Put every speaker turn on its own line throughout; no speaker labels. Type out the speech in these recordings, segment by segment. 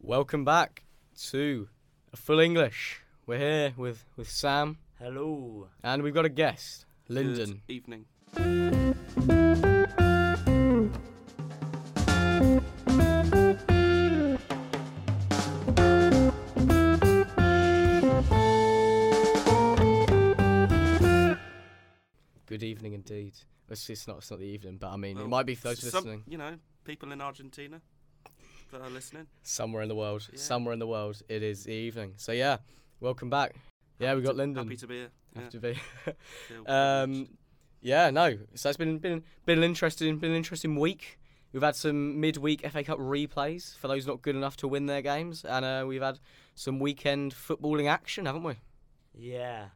Welcome back to a full English. We're here with, with Sam
Hello.
and we've got a guest, Lyndon.
Good evening.
Good evening indeed. It's, it's not it's not the evening, but I mean
Well,
it might be for those
Oh, some-
listening
You know, people in Argentina that are listening.
somewhere in the world.
Yeah.
Somewhere in the world, it is the evening. So yeah, welcome back. Yeah, we got Lyndon.
Happy to be here. Yeah,
Have to be.
feel
Um, yeah, no. So it's been been been an interesting been an interesting week. We've had some midweek FA Cup replays for those not good enough to win their games, and uh, we've had some weekend footballing action, haven't we?
Yeah.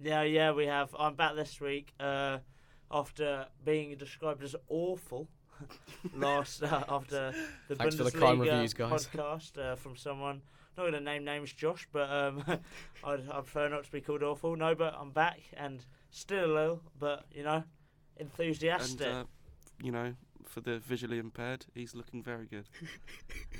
Yeah, yeah, we have. I'm back this week uh, after being described as awful last uh, after the
Thanks for the
Bundesliga
crime reviews, guys.
podcast uh, from someone. Not going to name names, Josh, but um, I'd, I'd prefer not to be called awful. No, but I'm back and still ill, but you know,
And,
enthusiastic.
uh, you know, for the visually impaired, he's looking very good.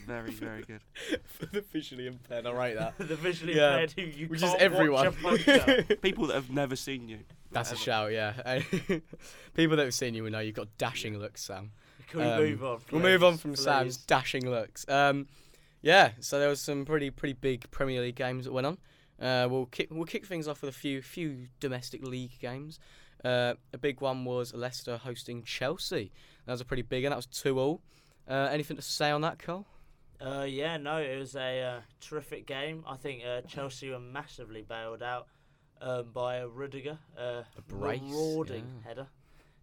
very, very good.
for the visually impaired, I rate that.
the visually
yeah,
impaired who you
Which is
can't
everyone.
Watch a podcast.
People that have never seen you.
That's a shout,
Whatever.
yeah. People that have seen you will know you've got dashing looks, Sam.
Can we
Um,
move on?
We'll move on
please?
from
Please.
Sam's dashing looks. Um, yeah, so there was some pretty pretty big Premier League games that went on. Uh, we'll kick we'll kick things off with a few few domestic league games. Uh, a big one was Leicester hosting Chelsea. That was a pretty big one. That was two all. Uh, anything to say on that, Cole?
Uh, yeah, no, it was a uh, terrific game. I think uh, Chelsea were massively bailed out um, by a Rudiger, uh,
A brace,
marauding
yeah.
header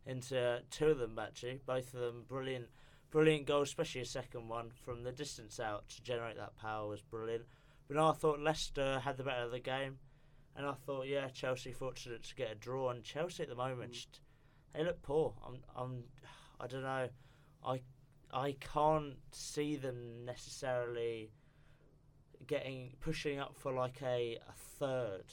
into two of them actually. Both of them brilliant, brilliant goals, especially a second one from the distance out to generate that power was brilliant. But no, I thought Leicester had the better of the game, and I thought yeah, Chelsea fortunate to get a draw. And Chelsea at the moment,
Mm.
just, they look poor. I'm, I'm, I don't know, I, I can't see them necessarily getting pushing up for like a, a third.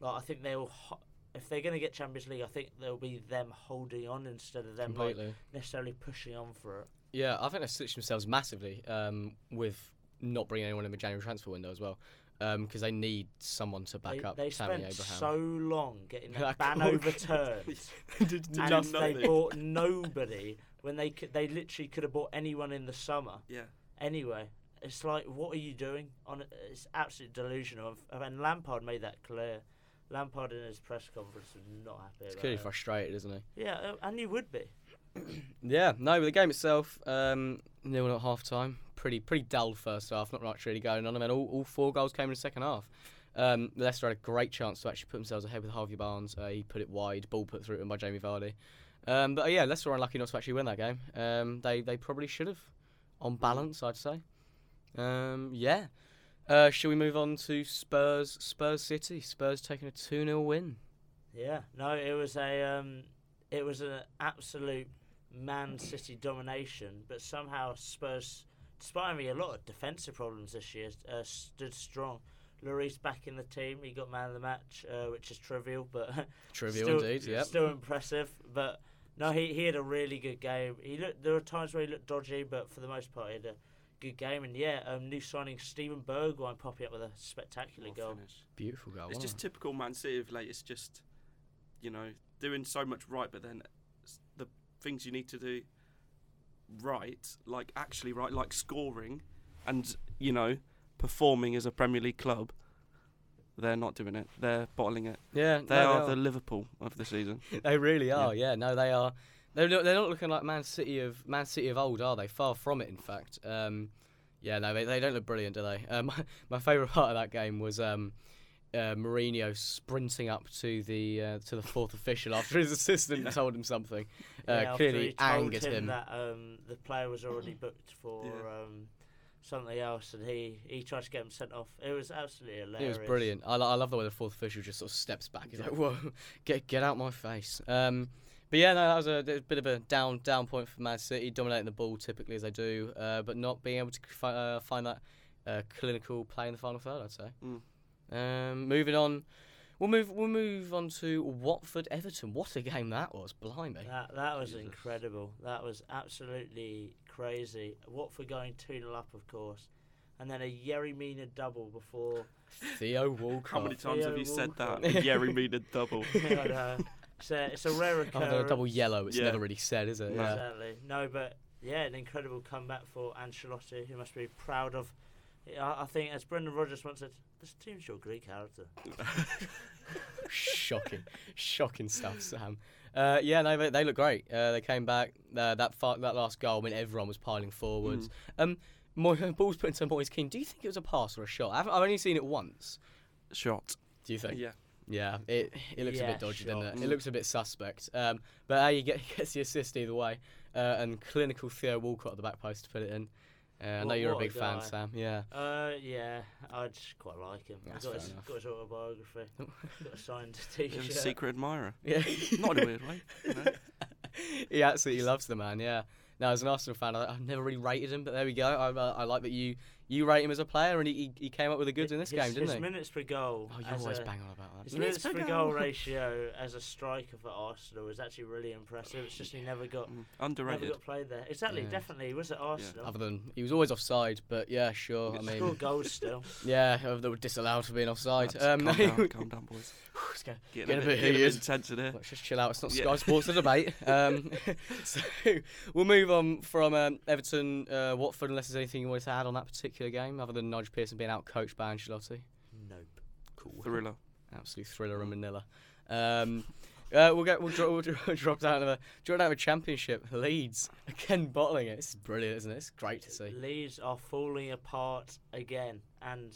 Like I think they'll ho- if they're going to get Champions League, I think there'll be them holding on instead of them like necessarily pushing on for it.
Yeah, I think they've stitched themselves massively um, with not bringing anyone in the January transfer window as well, because they need someone to back
they
up
they
Tammy
spent
Abraham.
so long getting that
Like,
ban
oh,
overturned,
Did- did
and
nothing.
they
nothing.
bought nobody when they could, they literally could have bought anyone in the summer.
Yeah.
Anyway, it's like, what are you doing? On it's absolute delusional, and and Lampard made that clear. Lampard in his press conference was not happy.
He's
about
clearly
it.
frustrated, isn't he?
Yeah, uh, and you would be.
Yeah, no, but the game itself, um, nil at half time. Pretty pretty dull first half, not much really going on. I mean, all, all four goals came in the second half. Um, Leicester had a great chance to actually put themselves ahead with Harvey Barnes. Uh, he put it wide, ball put through to him by Jamie Vardy. Um, but uh, yeah, Leicester were unlucky not to actually win that game. Um, they they probably should have, on balance, I'd say. Um, yeah. Uh, shall we move on to Spurs? Spurs City. Spurs taking a 2 0 win.
Yeah, no, it was a um, it was an absolute Man City domination, but somehow Spurs, despite having a lot of defensive problems this year, uh, stood strong. Lloris back in the team, he got man of the match, uh, which is trivial, but
Trivial
still,
indeed. Yep.
still impressive. But no, he, he had a really good game. He looked there were times where he looked dodgy, but for the most part, he had a good game. And yeah, um, new signing Steven Bergwijn popping up with a spectacular
What a
goal.
finish.
Beautiful goal.
It's
wasn't
just
it?
typical Man City of late. It's just, you know, doing so much right, but then s- the things you need to do right, like actually right, like scoring and, you know, performing as a Premier League club, they're not doing it. They're bottling it.
yeah. no,
They are the Liverpool of the season.
They really are. Yeah. no, they are. They're not, they're not looking like Man City of Man City of old, are they? Far from it, in fact. Um, yeah, no, they, they don't look brilliant, do they? Um, my favourite part of that game was um, uh, Mourinho sprinting up to the uh, to the fourth official after his assistant told him something. Uh,
Yeah, after
clearly
he told
angered
him,
him.
that um, the player was already booked for
Yeah.
um, something else, and he, he tried to get him sent off. It was absolutely
It
hilarious.
was brilliant. I, lo- I love the way the fourth official just sort of steps back. He's like, "Whoa, get get out my face." Um, but yeah, no, that was a, that was a bit of a down down point for Man City, dominating the ball typically as they do, uh, but not being able to fi- uh, find that uh, clinical play in the final third. I'd say.
Mm.
Um, moving on, we'll move we'll move on to Watford Everton. What a game that was! Blimey.
That that was
Jesus.
incredible. That was absolutely crazy. Watford going two 0 up, of course, and then a Yerry Mina double before.
Theo Walcott.
How many times have
Theo
you said that?
Walcott.
Yerry Mina double.
God, uh, it's, a, it's a rare
Other than
occurrence.
a Oh, double yellow, it's
Yeah.
never really said, is it?
No.
Yeah.
Exactly. No, but yeah, an incredible comeback for Ancelotti, who must be proud of. I, I think, as Brendan Rodgers once said, this team's your Greek character.
shocking, shocking stuff, Sam. Uh, yeah, no, they, they look great. Uh, they came back. Uh, that far, that last goal, I mean, everyone was piling forwards.
Mm.
Um, Moy, ball's put into Moyes Keane. Do you think it was a pass or a shot? I haven't, I've only seen it once.
Shot.
Do you think?
Yeah.
Yeah, it it looks a
Yeah,
bit dodgy,
sure.
doesn't it? It
Mm.
looks a bit suspect. Um, but uh, you get he gets the assist either way, uh, and clinical Theo Walcott at the back post to put it in. Uh, I know
What-
you're a
what a
big fan,
guy.
Sam. Yeah.
Uh, yeah, I just quite like him.
That's
He's
fair
got, his,
enough.
got his autobiography. got a signed T-shirt.
He's a secret admirer.
Yeah.
Not in a weird way. you know.
he absolutely loves the man. Yeah. Now, as an Arsenal fan, I, I've never really rated him, but there we go. I, uh, I, I like that you you rate him as a player, and he, he, he came up with the goods in this
his,
game, didn't
his
he?
minutes per goal.
oh, you
as
always
a,
bang on about that.
His minutes per goal ratio as a striker for Arsenal is actually really impressive. It's just he never got
Mm,
never
Underrated.
got played there. Exactly,
Yeah.
definitely. He was at Arsenal.
Other than he was always offside, but yeah, sure. I
He
mean,
Scored goals still.
yeah, uh, they were disallowed for being offside. Um,
Lads, calm, down, calm down, boys.
let's go.
um, Getting
Get
a
a
bit,
bit
getting a bit
heated.
intense in here.
Let's just chill out. It's not
Yeah.
Sky Sports a debate. Um, so we'll move on from um, Everton, uh, Watford. Unless there's anything you wanted to add on that particular game, other than Nigel Pearson being out coached by Ancelotti.
Nope.
Cool.
Thriller.
Absolute thriller in Manila. Um, uh, we'll get we'll, dro- we'll, dro- drop down to the drop down to the championship. Leeds again bottling it. This is brilliant, isn't it? It's great to see.
Leeds are falling apart again, and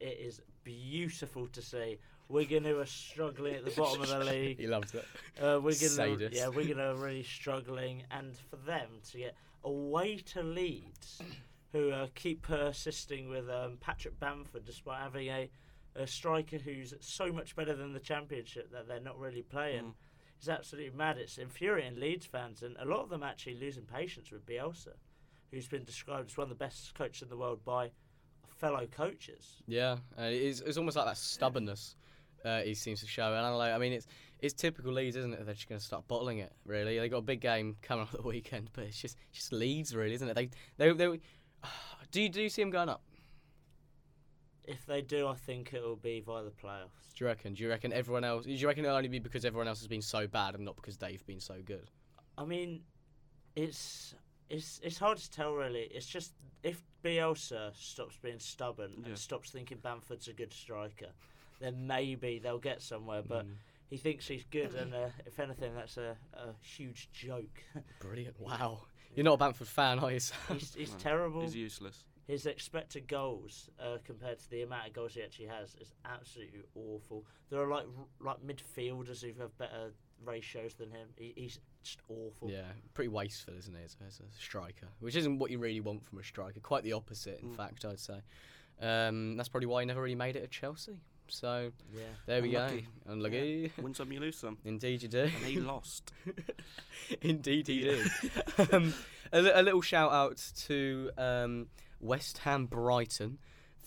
it is beautiful to see. Wigan, who are struggling at the bottom of the league,
He loves it.
Uh, we're gonna,
Sadist.
yeah, we're gonna really struggling, and for them to get away to Leeds, who uh, keep persisting with um, Patrick Bamford, despite having a, a striker who's so much better than the Championship that they're not really playing.
Mm.
It's absolutely mad. It's infuriating Leeds fans, and a lot of them actually losing patience with Bielsa, who's been described as one of the best coaches in the world by fellow coaches.
Yeah, uh, it's, it's almost like that stubbornness uh, he seems to show. And I, don't know, I mean, it's it's typical Leeds, isn't it? They're just going to start bottling it. Really, they got a big game coming up the weekend, but it's just it's just Leeds, really, isn't it? They they, they do you do you see them going up?
If they do, I think it will be via the playoffs.
Do you reckon? Do you reckon everyone else? Do you reckon it'll only be because everyone else has been so bad and not because they've been so good?
I mean, it's it's it's hard to tell really. It's just if Bielsa stops being stubborn
Yeah.
and stops thinking Bamford's a good striker, then maybe they'll get somewhere. But
Mm.
he thinks he's good, and uh, if anything, that's a, a huge joke.
Brilliant! Wow, you're not a Bamford fan, are you? Sam?
he's he's
No,
terrible.
He's useless.
His expected goals uh, compared to the amount of goals he actually has is absolutely awful. There are like r- like midfielders who have better ratios than him. He, he's just awful.
Yeah, pretty wasteful, isn't it, as, as a striker? Which isn't what you really want from a striker. Quite the opposite, in
Mm.
fact, I'd say. Um, that's probably why he never really made it at Chelsea. So
yeah.
there we
Unlucky.
go. Unlucky.
Win some, you lose some.
Indeed, you do.
And he lost.
Indeed, he did. um, a, li- a little shout out to um, West Ham Brighton.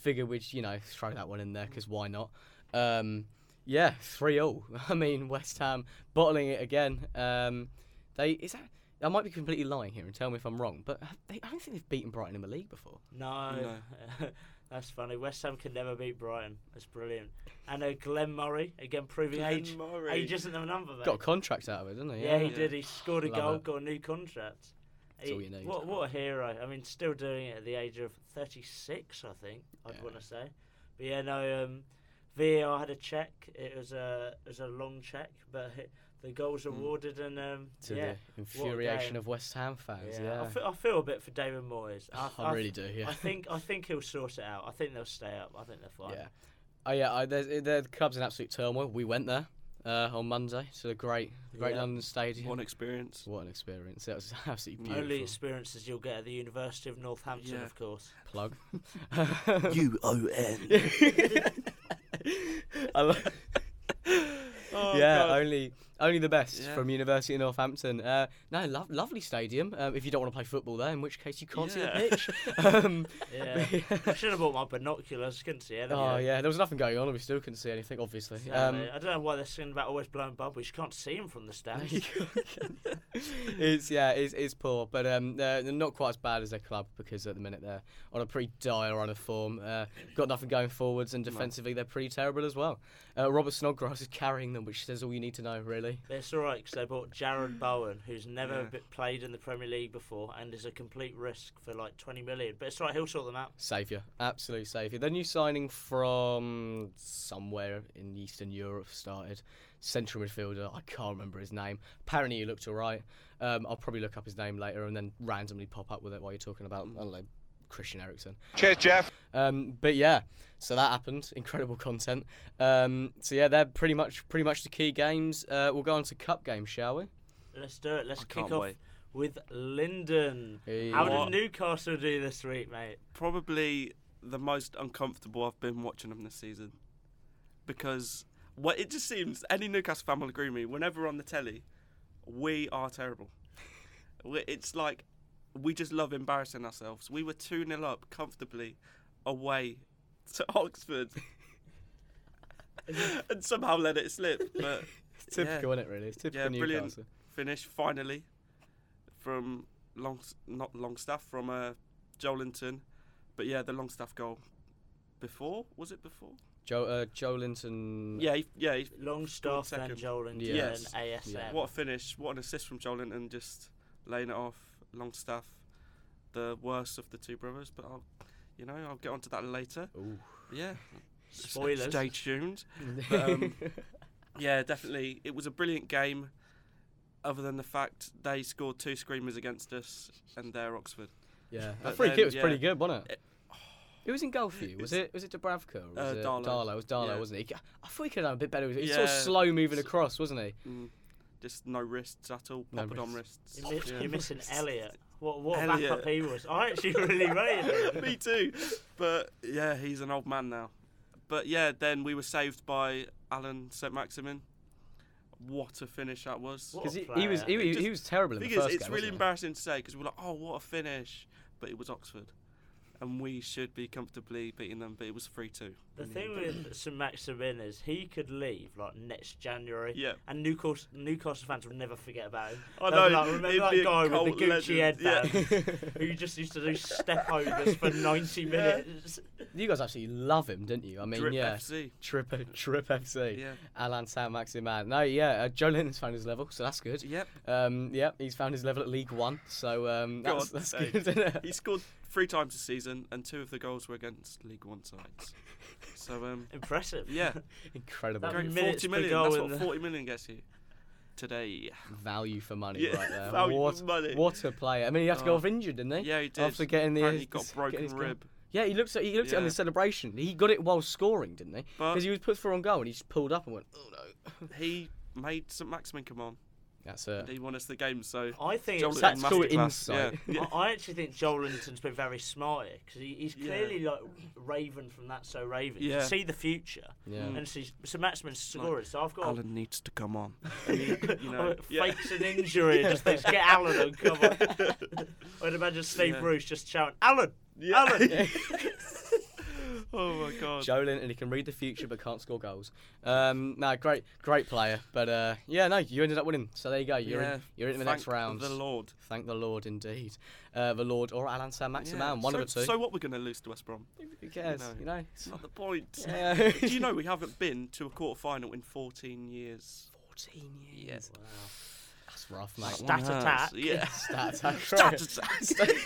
Figure which, you know, throw that one in there because why not? Um, yeah, 3 0. I mean, West Ham bottling it again. Um, they is that. I might be completely lying here and tell me if I'm wrong, but have they, I don't think they've beaten Brighton in the league before.
No, that's funny. West Ham can never beat Brighton. That's brilliant. And uh, Glenn Murray again proving age. Age isn't the number. Mate.
Got a contract out of it, didn't they?
yeah, he
Yeah.
did. He scored a
Love
goal,
it.
got a new contract.
That's all you need.
What, what a hero! I mean, still doing it at the age of 36, I think. I'd
Yeah.
want to say, but yeah, no. Um, VAR had a check. It was a it was a long check, but it, the goal was awarded, and um,
Hmm. To
yeah,
the infuriation
game.
of West Ham fans.
yeah.
Yeah,
I, feel, I feel a bit for David Moyes. I,
I,
I-
really do. Yeah.
I think I think he'll sort it out. I think they'll stay up. I think they're fine.
Yeah. Oh yeah, I, there's, uh, the club's in absolute turmoil. We went there uh, on Monday to the great, the great
Yeah.
London Stadium.
One experience.
What an experience! That was absolutely
Only
beautiful.
Only experiences you'll get at the University of Northampton,
Yeah.
of course.
Plug.
U O N.
I lo-
Oh,
yeah,
God.
only Only the best
Yeah.
from University of Northampton. Uh, no, lo- lovely stadium. Um, if you don't want to play football there, in which case you can't see
Yeah.
the pitch. um,
Yeah. I should have bought my binoculars. Couldn't see anything.
Oh yeah, there was nothing going on, and we still couldn't see anything. Obviously.
Um,
Um,
I don't know why they're singing about always blowing bubbles. You can't see him from the stands.
it's yeah, it's, it's poor, but um, they're, they're not quite as bad as their club because at the minute they're on a pretty dire run of form. Uh, got nothing going forwards, and defensively they're pretty terrible as well. Uh, Robert Snodgrass is carrying them, which says all you need to know, really.
But It's all right because they bought Jared Bowen, who's never
Yeah.
b played in the Premier League before and is a complete risk for like 20 million. But it's all right, he'll sort them out.
Saviour, absolute saviour. Their new signing from somewhere in Eastern Europe started. Central midfielder, I can't remember his name. Apparently, he looked alright. Um, I'll probably look up his name later and then randomly pop up with it while you're talking about, I don't know, Christian Eriksen.
Cheers, Jeff.
Um, but yeah, so that happened. Incredible content. Um, so yeah, they're pretty much pretty much the key games. Uh, we'll go on to cup games, shall we?
Let's do it. Let's
I
kick
can't
off
wait.
with Lyndon.
Hey.
How
What?
did Newcastle do this week, mate?
probably the most uncomfortable I've been watching them this season because what it just seems any Newcastle fan will agree with me. Whenever we're on the telly, we are terrible. We- it's like we just love embarrassing ourselves. We were two 0 up comfortably away to Oxford. and somehow let it slip, but
It's typical, isn't it? Really, it's typical
yeah,
Newcastle.
brilliant finish finally from long not long staff from uh, Jolinton, but yeah, the long staff goal before was it before?
Joe uh, Joe Linton.
Yeah, he, yeah. He,
Longstaff
One
and
second.
Jolinton
Yes.
and ASM.
Yeah.
what a finish! What an assist from Jolinton, just laying it off. Longstaff, the worst of the two brothers, but I'll, you know, I'll get onto that later.
Ooh.
Yeah, s-
Spoilers.
Stay tuned. But, um, yeah, definitely. It was a brilliant game. Other than the fact they scored two screamers against us, and they're Oxford.
Yeah, that
But
free
then,
kick was
yeah.
pretty good, wasn't it?
It-
Who was in goal for you? Was it was it Dubravka? Or was
Uh,
it
Darlow.
It was Darlow,
Yeah.
wasn't he? I thought he could have done a bit better. He was sort of
Yeah.
slow moving across, wasn't he?
Mm, just no wrists at all.
No
Pop it on wrists.
You're, miss-
Yeah.
you're missing Elliot. What what a
Elliot.
backup he was. I actually really rated him.
Me too. But yeah, he's an old man now. But yeah, then we were saved by Alan St Maximin. What a finish that was.
What
Because
a
he, he was he,
player.
he
Just-
was terrible in the
thing
first
is, it's
game.
really
wasn't
embarrassing to say because we're like, oh, what a finish. But it was Oxford. And we should be comfortably beating them, but it was 3 2.
The thing with St Maximin is he could leave like next January,
Yeah.
and Newcastle Newcastle fans will never forget about him.
I
They'll be
know,
like, remember
he'd
that
be a
guy with
cult
the Gucci
legend, yeah.
headband who just used to do step overs for ninety minutes.
it? You guys absolutely love him, didn't you? I mean,
Drip
yeah.
FC.
Trip, trip FC.
Yeah.
Alan Sam Maximan. No, yeah, uh, Joe Linton's found his level, so that's good.
Yep.
Um, yeah, he's found his level at League One, so um, that's,
God's
that's
sake.
good, isn't it?
He scored three times this season, and two of the goals were against League One sides. So, um,
Impressive.
yeah.
Incredible
That-
Great
minutes
40
per
million.
goal
That's
in
what
the-
40 million gets you today.
value for money
Yeah,
right there.
value for
what,
money.
what a player! I mean, he had to go
Oh.
off injured, didn't he?
Yeah, he did.
After getting the
Apparently he
his-
got
getting his
broken
goal.
rib.
Yeah, he looked at he looked at it on
Yeah.
the celebration. He got it while scoring, didn't he?
But-
Because he was put through on goal and he just pulled up and went, "Oh no."
He made St Maximin come on.
That's it.
He won us the game. So
I think
Joel
it's
That's cool
Linton masterclass.
Oh, insight.
Yeah.
I- I actually think Joel Linton's been very smart here because he, he's
Yeah.
clearly like Raven from that so Raven. You
Yeah.
can see the future,
Yeah.
and see St Maximin's scoring. so I've got.
Alan needs to come on. And he, you know,
or
yeah.
fakes an injury and just thinks, get Alan on, come on. I'd imagine Steve
Yeah.
Bruce just shouting, Alan!
Yeah.
Alan!
oh my god.
Joe Linton, he can read the future but can't score goals. Um, no, great, great player, but uh, yeah, no, you ended up winning. So there you go. You're
Yeah.
in, you're in the
Thank
next round.
The Lord.
Thank the Lord, indeed. Uh, the Lord or Alan Sam Maximan,
Yeah.
one
so,
of the two.
So what we're going to lose to West Brom?
Who cares?
know.
You know.
It's not the point.
Yeah.
Do you know we haven't been to a quarter final in 14 years?
Fourteen years.
Yes.
That's rough, mate.
Stat attack.
Yeah.
Stat attack.
Stat attack.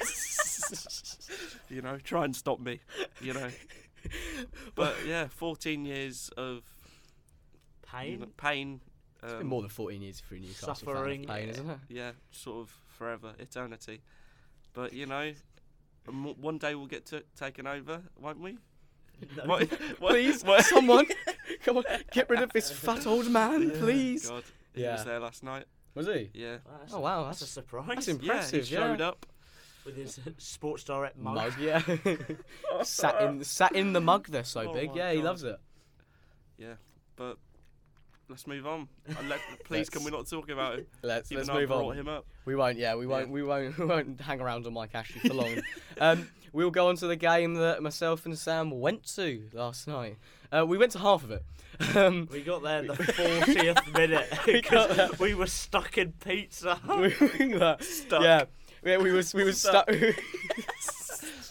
you know, try and stop me. You know. But yeah, 14 years of you
Pain?
know, pain. Um,
It's been more than 14 years for a Newcastle fan.
Suffering.
That's Pain, isn't it?
yeah, sort of forever, eternity. But you know, m- one day we'll get to taken over, won't we?
No.
What- what-
Please,
what-
someone, come on, get rid of this fat old man,
Yeah,
please.
God, he
Yeah.
was there last night.
Was he?
Yeah.
Wow, that's,
Oh wow,
that's a
that's
surprise.
that's impressive.
yeah, he showed
yeah.
up.
With his Sports Direct mug.
Mug, yeah. sat in, sat in the mug. They're so
Oh
big.
my
Yeah, he
God.
loves it.
Yeah, but let's move on. And let, please, can we not talk about him?
Let's
Even
let's
though I
move
brought
on.
him up.
We won't. Yeah, we won't.
Yeah.
We won't. We won't hang around on Mike Ashley for long. um, we'll go on to the game that myself and Sam went to last night. Uh, we went to half of it. Um,
We got there in the 40th minute
We got there.
because we were stuck in pizza.
we were
Stuck.
Yeah, yeah, we was we was stuck.
Stuck.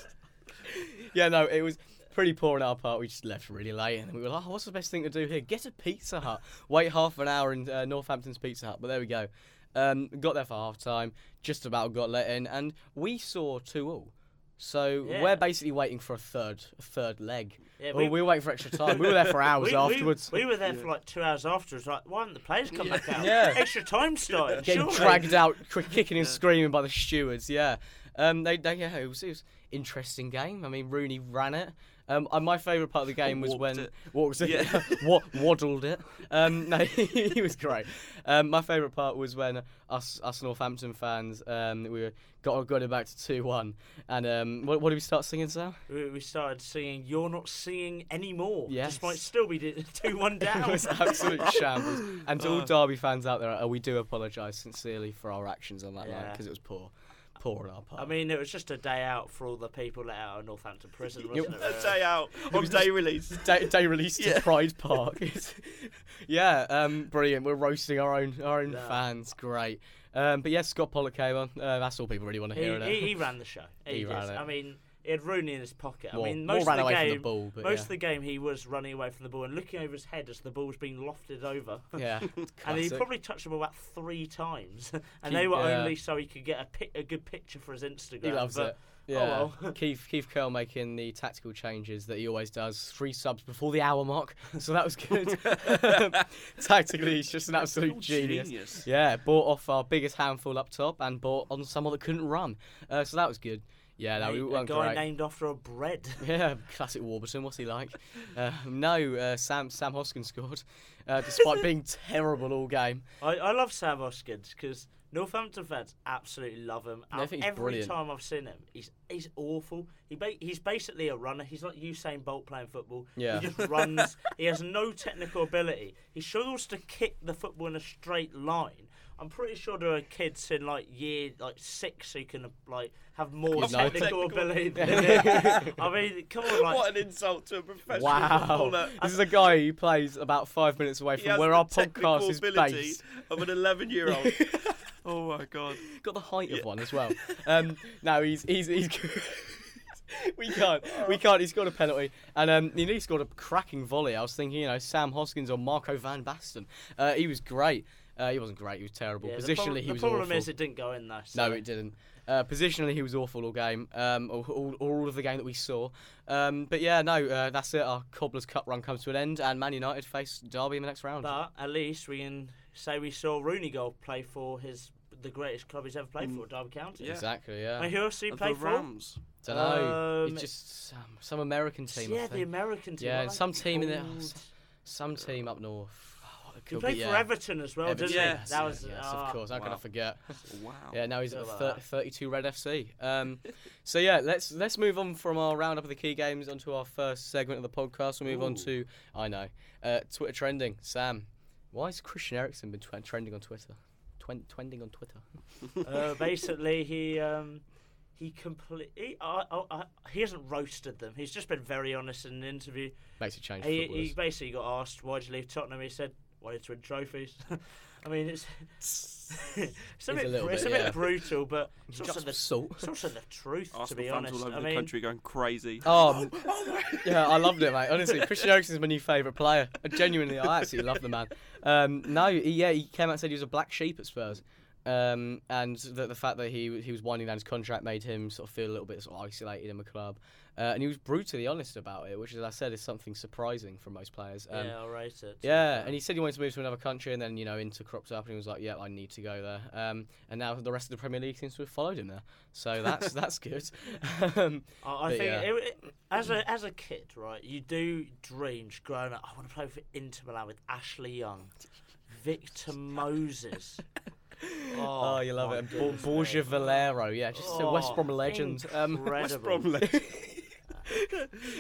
yeah, no, it was pretty poor on our part. We just left really late, and we were like, "Oh, what's the best thing to do here? Get a Pizza Hut. Wait half an hour in uh, Northampton's Pizza Hut." But there we go. Um, got there for half time. Just about got let in, and we saw two all. So
Yeah.
we're basically waiting for a third, a third leg.
Yeah,
we,
we-
well, we were waiting for extra time. We were there for hours
we,
afterwards.
We, we were there for like two hours afterwards. Like, why didn't the players come back out?
Yeah.
Extra time started.
getting
surely.
dragged out, cr- kicking and screaming by the stewards. Yeah, um, they, they yeah, it was, it was interesting game. I mean, Rooney ran it. Um, and my favourite part of the game was
Walked
when
it.
what was it?
Yeah.
what waddled it? Um, no, he was great. Um, my favourite part was when us us Northampton fans um, we were got got it back to two one, and um, what, what did we start singing, Sam?
We, we started singing, You're Not Singing Anymore.
Yes.
Despite still be 2 1
It
down.
was absolute shambles. And
Oh.
to all Derby fans out there, uh, we do apologise sincerely for our actions on that night 'cause night
Yeah.
because it was poor, poor on our part.
I mean, it was just a day out for all the people let out of Northampton prison, wasn't it?
A
really?
day out on day release.
day, day release to
Yeah.
Pride Park. It's- yeah, um, brilliant. We're roasting our own our own
Yeah.
fans. Great. Um, but yeah, Scott Pollock came on. Uh, that's all people really want to hear.
He, he,
innit?
he ran the show. He,
He
did.
ran it.
I mean, he had Rooney in his pocket.
More-
I mean,
more
most
ran
of the
away
game,
from the ball, but
most
yeah.
of the game, he was running away from the ball and looking over his head as the ball was being lofted over.
yeah,
And he
classic.
probably touched the ball about three times, and
Keep-
they were
yeah.
only so he could get a, pic- a good picture for his Instagram.
He loves
but oh
it. Yeah,
well.
Keith Keith Curl making the tactical changes that he always does. Three subs before the hour mark, so that was good. Tactically, he's just an absolute genius. Yeah, bought off our biggest handful up top and bought on someone that couldn't run. Uh, so that was good. Yeah, no,
a-
we
a
weren't
guy
great.
named after a bread.
Yeah, classic Warburton. What's he like? Uh, no, uh, Sam Sam Hoskin scored, uh, despite being terrible all game.
I, I love Sam Hoskins because Northampton fans absolutely love him.
They
And
think he's
Every
brilliant.
time I've seen him, he's he's awful. He ba- he's basically a runner. He's like Usain Bolt playing football.
Yeah.
He just runs. he has no technical ability. He struggles to kick the football in a straight line. I'm pretty sure there are kids in like year like six who can like have more
He's no
technical
technical-
ability than him. I mean, come on, like
What an insult to a professional
Wow,
footballer.
this is a guy who plays about five minutes away
He
from
has
where
the
our
technical
podcast is
ability
based.
of an 11 year old. oh my god.
Got the height of one as well. Um, no, he's he's he's.
Oh.
We can't. We can't. He scored a penalty, and um, he nearly scored a cracking volley. I was thinking, you know, Sam Hoskins or Marco van Basten. Uh, he was great. Uh, he wasn't great. He was terrible.
Yeah, the
Positionally,
problem-
he was
The problem
awful.
is it didn't go in though. so-
No, it didn't. Uh, positionally, he was awful all game, um, all, all, all of the game that we saw. Um, but yeah, no, uh, that's it. Our Cobblers Cup run comes to an end, and Man United face Derby in the next round.
But at least we can say we saw Rooney go play for his the greatest club he's ever played for, Derby County.
Yeah.
Exactly,
I mean,
Mm. yeah.
who else did he play
The
for?
Rams.
Don't know.
Um,
it's just some, some American team. I
yeah, the
think.
American team.
Yeah,
what
and
are they
some team in the-
called?
some team up north. Oh, it
He
could
uh, played
be,
for
yeah.
Everton as well,
Everton,
didn't he?
yes,
that
yeah,
was
yes,
ah,
of course. How could I
wow.
forget?
Wow.
Yeah, now he's at
Feel like
thir-
that.
32 Red FC. Um, so yeah, let's let's move on from our roundup of the key games onto our first segment of the podcast. We'll move on
Ooh.
to I know uh, Twitter trending. Sam, why has Christian Eriksen been twen- trending on Twitter? Twen- trending on Twitter.
uh, basically he um, he completely I I I he hasn't roasted them. He's just been very honest in an interview.
Makes a change. For
He,
footballers.
he basically got asked why did you leave Tottenham. He said wanted to win trophies. I mean, it's it's
a
a bit,
little
br- it's
bit,
a bit
yeah.
brutal, but it's also
Just
the
salt.
It's also the truth, to
Arsenal
be
fans
honest.
all over
I
the
mean,
country going crazy.
Oh, yeah, I loved it, mate. Honestly, Christian Eriksen's my new favourite player. I genuinely, I absolutely love the man. Um, no, he, yeah, he came out and said he was a black sheep at Spurs, um, and that the fact that he he was winding down his contract made him sort of feel a little bit sort of isolated in the club, uh, and he was brutally honest about it, which, as I said, is something surprising for most players. Um,
yeah, I'll rate it.
yeah, and he said he wanted to move to another country, and then you know Inter cropped up, and he was like, "Yeah, I need to go there." Um, and now the rest of the Premier League seems to have followed him there, so that's that's good. um,
I, I
but
think
yeah.
it, it- as a as a kid, right, you do dream growing up. I want to play for Inter Milan with Ashley Young, Victor Moses.
Oh, you love
my
it. And Bo-
goodness
Borgia
me.
Valero, yeah, just a West
Oh,
Brom legend. Um,
incredible.
West Brom legend.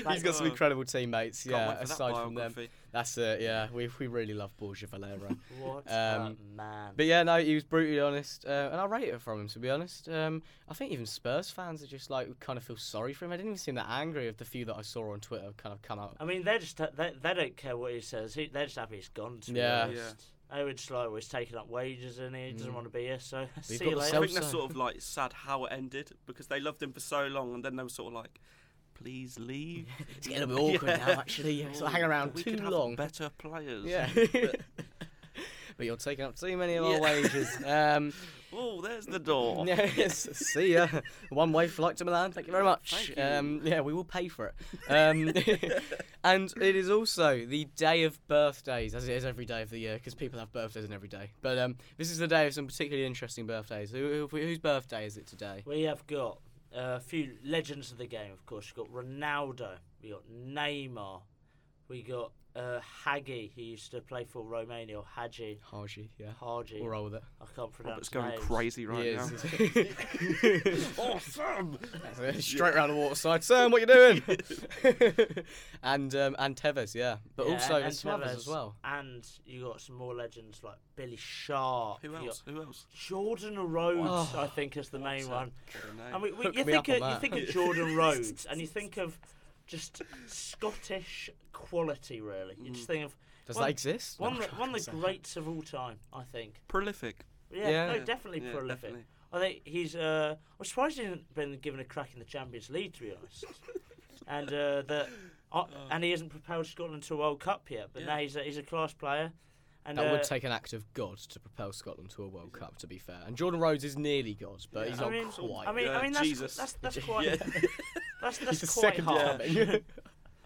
He's got some
Oh.
incredible teammates.
Can't
Yeah,
wait for that
aside from them,
biography.
that's it. Yeah, we we really love Borgia Valera.
What
Um,
a man.
But yeah, no, he was brutally honest, uh, and I rate it from him to be honest. Um, I think even Spurs fans are just like kind of feel sorry for him. I didn't even seem that angry of the few that I saw on Twitter kind of come out.
I mean, they just they, they don't care what he says. He, they're just happy he's gone. To
Yeah.
be
Yeah.
honest. I would just like was taking up wages and he doesn't
Mm.
want to be here. So see
got
you
the
later.
I
Self
think that's
so.
sort of like sad how it ended because they loved him for so long and then they were sort of like, please leave. Oh,
It's getting a bit awkward now, actually. Yeah, so hang around
we
too
could have
long.
better players.
Yeah. But you're taking up too many of our
Yeah.
wages. Um,
Oh, there's the door.
yes, see ya. One way flight to Milan. Thank you very much.
Thank you.
Um, yeah, we will pay for it. Um, and it is also the day of birthdays, as it is every day of the year, because people have birthdays in every day. But um, this is the day of some particularly interesting birthdays. Who, who, whose birthday is it today?
We have got uh, a few legends of the game, of course. We've got Ronaldo, we got Neymar, we got uh, Hagi, who used to play for Romania, or Haji.
Haji, yeah.
Haji.
We'll roll with it.
I can't pronounce
Robert's going
names.
crazy right
He
now.
is.
awesome.
Straight round the water side. Sam, what you doing? and um, and Tevez, yeah. But
Yeah,
also
and
and some others
Tevez.
as well.
And you got some more legends like Billy Sharp.
Who
you
else?
got
Who else?
Jordan Rhodes,
Oh,
I think, is the main one. I mean, we,
Hook
you,
me
think
up
of,
on
you
that.
think of Jordan Rhodes and you think of just Scottish quality, really. You
Mm.
just think of
Does
One-
that exist? Oh,
one,
No,
of the-
I
one of the
can't say.
greats of all time, I think.
Prolific.
Yeah,
Yeah.
no, definitely
Yeah,
prolific.
Oh, definitely.
I think he's. Uh, I'm surprised he hasn't been given a crack in the Champions League, to be honest. and uh, that, uh,
Oh.
and he hasn't propelled Scotland to a World Cup yet. But
Yeah.
now he's a, he's a class player. And
That would
uh,
take an act of God to propel Scotland to a World Cup, to be fair. And Jordan Rhodes is nearly God, but
Yeah.
he's
I
not
mean-
quite.
I mean,
Yeah,
I mean that's
Jesus.
that's that's quite that's that's
he's the
quite
second
harsh.
coming.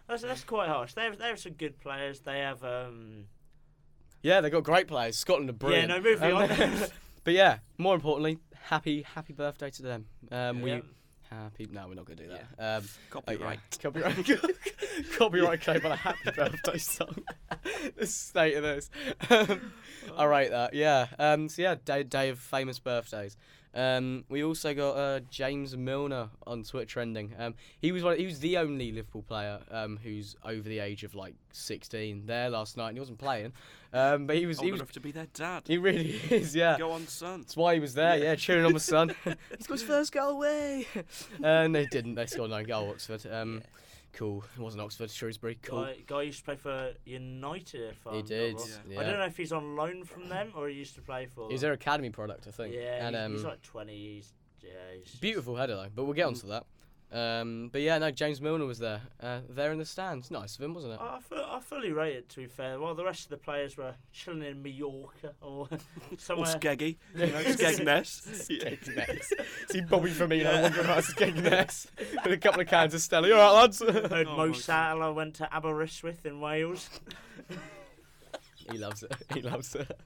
That's, that's quite harsh. They have they have some good players. They have um
yeah, they've got great players. Scotland are brilliant.
yeah. No, moving
Um,
on.
but yeah, more importantly, happy happy birthday to them. Um,
Yeah.
We happy? No, we're not going to do that. Um, Oh, yeah.
Copyright.
Copyright. Copyright came on a happy birthday song. the state of this. Um, I rate that. Yeah. Um, so yeah, day, day of famous birthdays. Um, we also got uh, James Milner on Twitter trending. Um, he was one, he was the only Liverpool player um, who's over the age of like 16 there last night, and he wasn't playing. Um, but he was
Old
he was
enough to be their dad.
he really is. Yeah.
Go on, son.
That's why he was there, yeah, cheering on the sun. He's got his first goal away. and they didn't. They scored nine goal, Oxford. Um, Cool. It wasn't Oxford, Shrewsbury. Cool.
guy, guy used to play for United. If I'm
he
not
did.
wrong.
Yeah.
I don't know if he's on loan from them or he used to play for.
He was
them.
their academy product, I think.
Yeah,
And,
he's, he's
um,
like Mm. 20. He's, yeah, he's
Beautiful header, though, but we'll get onto that. Um, but yeah, no, James Milner was there. Uh, there in the stands. Nice of him, wasn't it?
I, I, fu- I fully rate it, to be fair. While the rest of the players were chilling in Mallorca or
Or
somewhere.
Skeggy. You know, Skegness. Yeah.
Skegness. See Bobby Firmino wandering around Skegness with a couple of cans of Stella. You all right, lads?
Heard
Oh
Mo
my
Salah went to Aberystwyth in Wales.
he loves it. He loves it.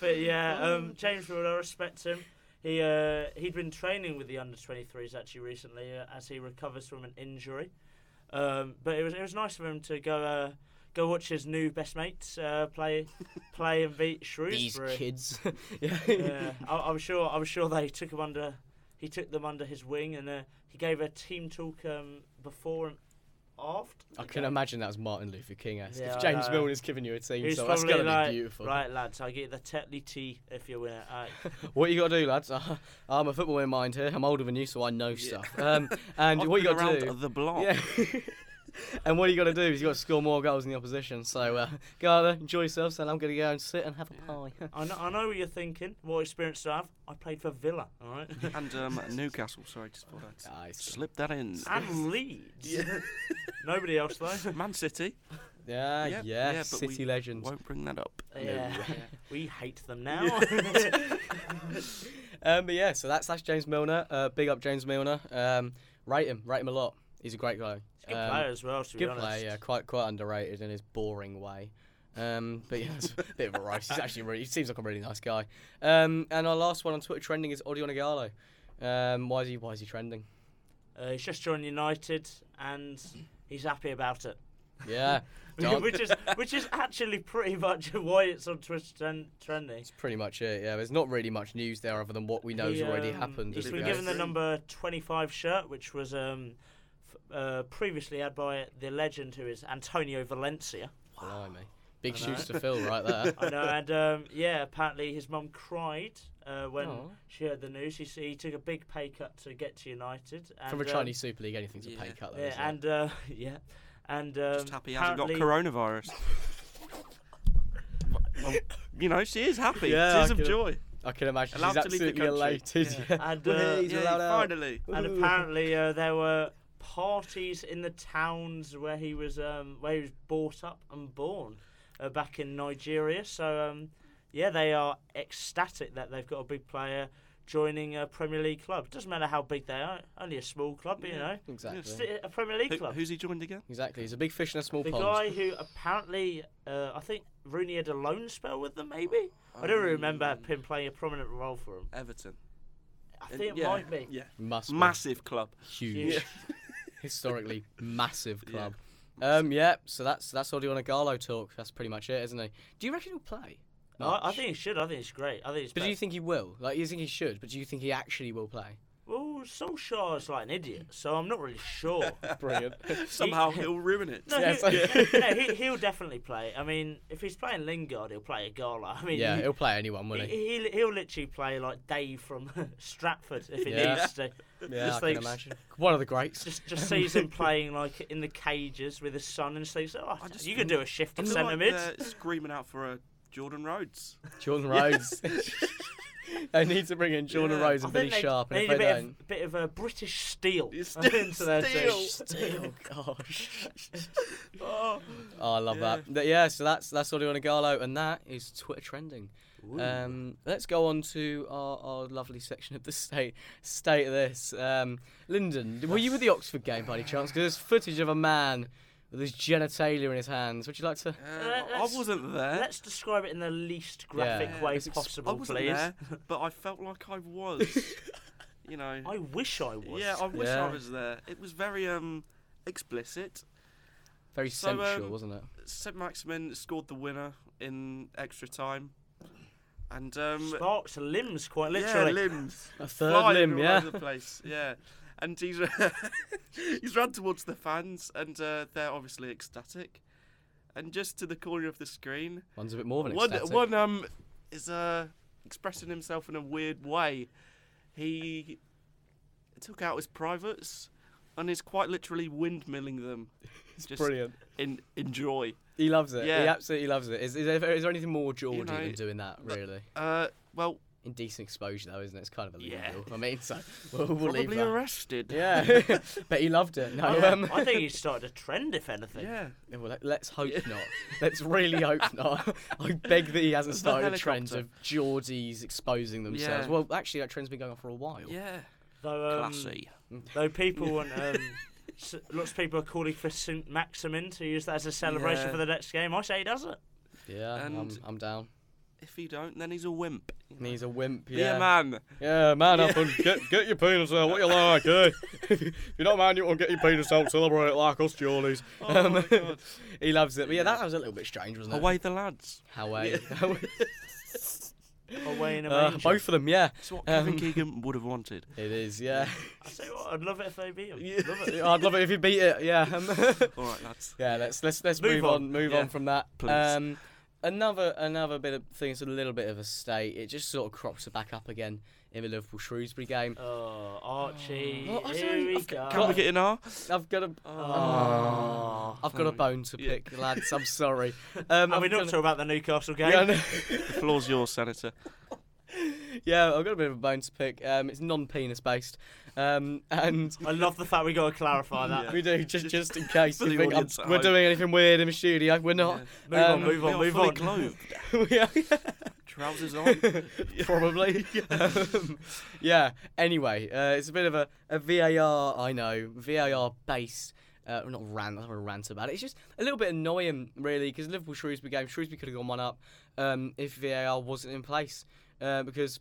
But yeah, um, James Ward, I respect him. He, uh, he'd been training with the under 23s actually recently uh, as he recovers from an injury. Um, but it was, it was nice of him to go uh, go watch his new best mates uh, play play and beat
These
Shrewsbury.
kids. yeah.
yeah, I, I'm sure. I'm sure they took him under. He took them under his wing, and uh, he gave a team talk um, before and after. the
I can
game.
imagine that was Martin Luther King esque.
Yeah, I
if James
know.
Milner's giving you a team,
He's
so that's
probably
going to
like,
be beautiful.
Right, lads, I get the Tetley tea if you uh, win it. All right.
What you got to do, lads? I'm a football in mind here. I'm older than you, so I know stuff. Um, and
I've
what you
been
got to
around
do?
the block.
Yeah. and what you got to do is you got to score more goals than the opposition. So uh, go out there, enjoy yourselves, and I'm going to go and sit and have a pie.
I, know, I know what you're thinking. What experience do I have? I played for Villa, all right?
And um, Newcastle, sorry, just for that.
nice.
Slip that in.
and Leeds. Nobody else, though.
Man City.
Yeah,
Yeah,
yeah,
yeah, but we
City legend.
Won't bring that up.
Yeah. We hate them now.
Um, but yeah, so that's that's James Milner. Uh, big up James Milner. Um, rate him, rate him a lot. He's a great guy.
Good
Um,
player as well, to be
Good
honest.
player, yeah, quite quite underrated in his boring way. Um, but yeah, it's a bit of a roast. He's actually really, he seems like a really nice guy. Um, and our last one on Twitter trending is Odion Igalo. Um, why is he why is he trending?
Uh, he's just joined United, and he's happy about it.
Yeah, Dog.
which is which is actually pretty much why it's on Twitter trend, trending.
that's pretty much it. Yeah, there's not really much news there other than what we know has
He,
already
um,
happened.
He's
as it
Did
been
go
goes.
given the
through?
number 25 shirt, which was um, uh, previously had by the legend who is Antonio Valencia.
Blimey. Big
I
shoes to fill right there.
I know, and um, yeah, apparently his mum cried uh, when
Aw.
she heard the news. He, he took a big pay cut to get to United. And,
From a
um,
Chinese Super League, anything's a pay
yeah.
cut, though.
yeah,
isn't
and uh, yeah, and um,
Just happy he hasn't got
apparently-
coronavirus. Well, you know, she is happy.
Yeah, I
Tears of
can-
joy.
it? I can imagine
allowed
she's
to leave the
absolutely
country.
elated. Yeah.
And,
Whee,
uh,
he's
Yay,
allowed out.
finally.
and
Ooh.
apparently uh, there were parties in the towns where he was um, where he was brought up and born uh, back in Nigeria. So um, yeah, they are ecstatic that they've got a big player joining a Premier League club. Doesn't matter how big they are, only a small club, you
Yeah.
know,
Exactly.
Sti- a Premier League
Who-
club.
who's he joined again?
Exactly. He's a big fish in a small
the
pond.
guy who apparently, uh, I think Rooney had a loan spell with them, maybe. I don't really remember
Um,
him playing a prominent role for him.
Everton.
I think it
yeah,
might be.
Yeah.
Must be
Massive club.
huge.
Yeah.
Historically massive
Yeah.
club. Um, yeah, so that's that's all you on a Garlo talk. That's pretty much it, isn't it? Do you reckon he'll play?
I, I
Much?
think he should. I think it's great. I think it's.
But do
better.
you think he will? Like, you think he should? But do you think he actually will play?
Well, Solskjaer's like an idiot, so I'm not really sure.
Brilliant.
Somehow he'll ruin it.
No,
Yes,
he,
I-
no he, he'll definitely play. I mean, if he's playing Lingard, he'll play a Gala. I mean,
yeah, he'll play anyone,
he,
will he?
he, he, will literally play like Dave from Stratford if he
Yeah.
needs to.
Yeah,
just
I can
thinks-
imagine. One of the greats.
Just just
Um,
sees him playing like in the cages with his son and just thinks, oh,
I just
you could do a shift
I'm
at centre mid.
screaming out for a Jordan Rhodes.
Jordan Rhodes. they need to bring in Jordan
Yeah.
Rhodes
I
and
think
Billy
they-
Sharp, and
they
if
need a
they
bit
don't,
of, bit of a British steel.
It's
into their team.
steel.
Still, gosh.
Oh.
Oh, I love
Yeah.
that. But yeah, so that's that's Audio and Garlo, and that is Twitter trending. Um, let's go on to our, our lovely section of the state. State of this. Um, Lyndon, were you with the Oxford game by any chance? Because there's footage of a man with his genitalia in his hands. Would you like to?
Uh, I
let's-
wasn't there.
Let's describe it in the least graphic
Yeah.
way
Let's ex- I
possible,
I wasn't
please.
there, but I felt like I was. you know.
I wish I was.
yeah, I wish
Yeah.
I was there. It was very um explicit.
Very
So, um,
sensual, wasn't it?
St Maximin scored the winner in extra time, and um,
Sparks limbs, quite
yeah,
literally.
limbs.
A third
flying
limb,
all
yeah.
over the place. Yeah, and he's he's run towards the fans, and uh, they're obviously ecstatic. And just to the corner of the screen,
One's a bit more than
one
ecstatic.
one um is uh expressing himself in a weird way. He took out his privates and is quite literally windmilling them. It's just
Brilliant.
in enjoy.
He loves it. He
Yeah.
absolutely loves it. Is, is, there, is there anything more Geordie
know,
than doing that, really?
Uh, well,
Indecent exposure, though, isn't it? It's kind of illegal.
Yeah.
I mean, so we'll, we'll leave
probably
that.
arrested.
Yeah, but he loved it. No,
I,
um,
I think he started a trend, if anything.
Yeah.
Yeah, well, let- let's hope not. Let's really hope not. I beg that he hasn't
The
started a trend of
helicopter.
Geordies exposing themselves.
Yeah.
Well, actually, that trend's been going on for a while.
Yeah.
Though, um,
Classy.
though people want, um, s- lots of people are calling for St Maximin to use that as a celebration
Yeah.
for the next game. I say he doesn't.
Yeah, I'm,
And-
I'm down.
If you don't, then he's a wimp. you
And
know.
he's a wimp.
Be
Yeah,
a man.
Yeah, man up
Yeah.
and get get your penis out. What you like, eh? if you're not a man, you want to get your penis out. Celebrate it like us Geordies. Um,
Oh my God.
he loves it. But yeah, that was a little bit strange, wasn't it?
Away the lads.
Away.
Away in a
Uh,
manger.
both of them, yeah.
It's what
Um,
Kevin Keegan would have wanted.
It is, yeah.
I say what, I'd love it if they beat him. Love it.
I'd love it if you beat it. Yeah. Um,
All right, lads.
yeah. Let's let's let's move,
Move
on.
on.
Move
Yeah.
on from that.
Please.
Um, another another bit of thing. It's a little bit of a state. It just sort of crops it back up again in the Liverpool Shrewsbury game.
Oh, Archie.
Oh, I
here
say,
we
I've
go.
Can we get in R?
I've got a
Oh.
have got a bone to
Yeah.
pick, lads. I'm sorry. Um,
Are
I've
we
got
not
a-
talking about the Newcastle game?
yeah, I know.
The floor's yours, Senator.
yeah, I've got a bit of a bone to pick. Um, it's non-penis based, um, and
I love the fact we got to clarify that.
we do just just in case
For
you
the
think I'm,
audience at
we're
home.
doing anything weird in the studio. We're not.
Move
Um,
on, move
we
on,
are
move
fully
on.
clothed.
we are,
Trousers on.
probably. um, yeah. Anyway, uh, it's a bit of a, a VAR. I know VAR based. Uh, not rant. I'm a rant about it. It's just a little bit annoying, really, because Liverpool Shrewsbury game, Shrewsbury could have gone one up um, if VAR wasn't in place, uh, because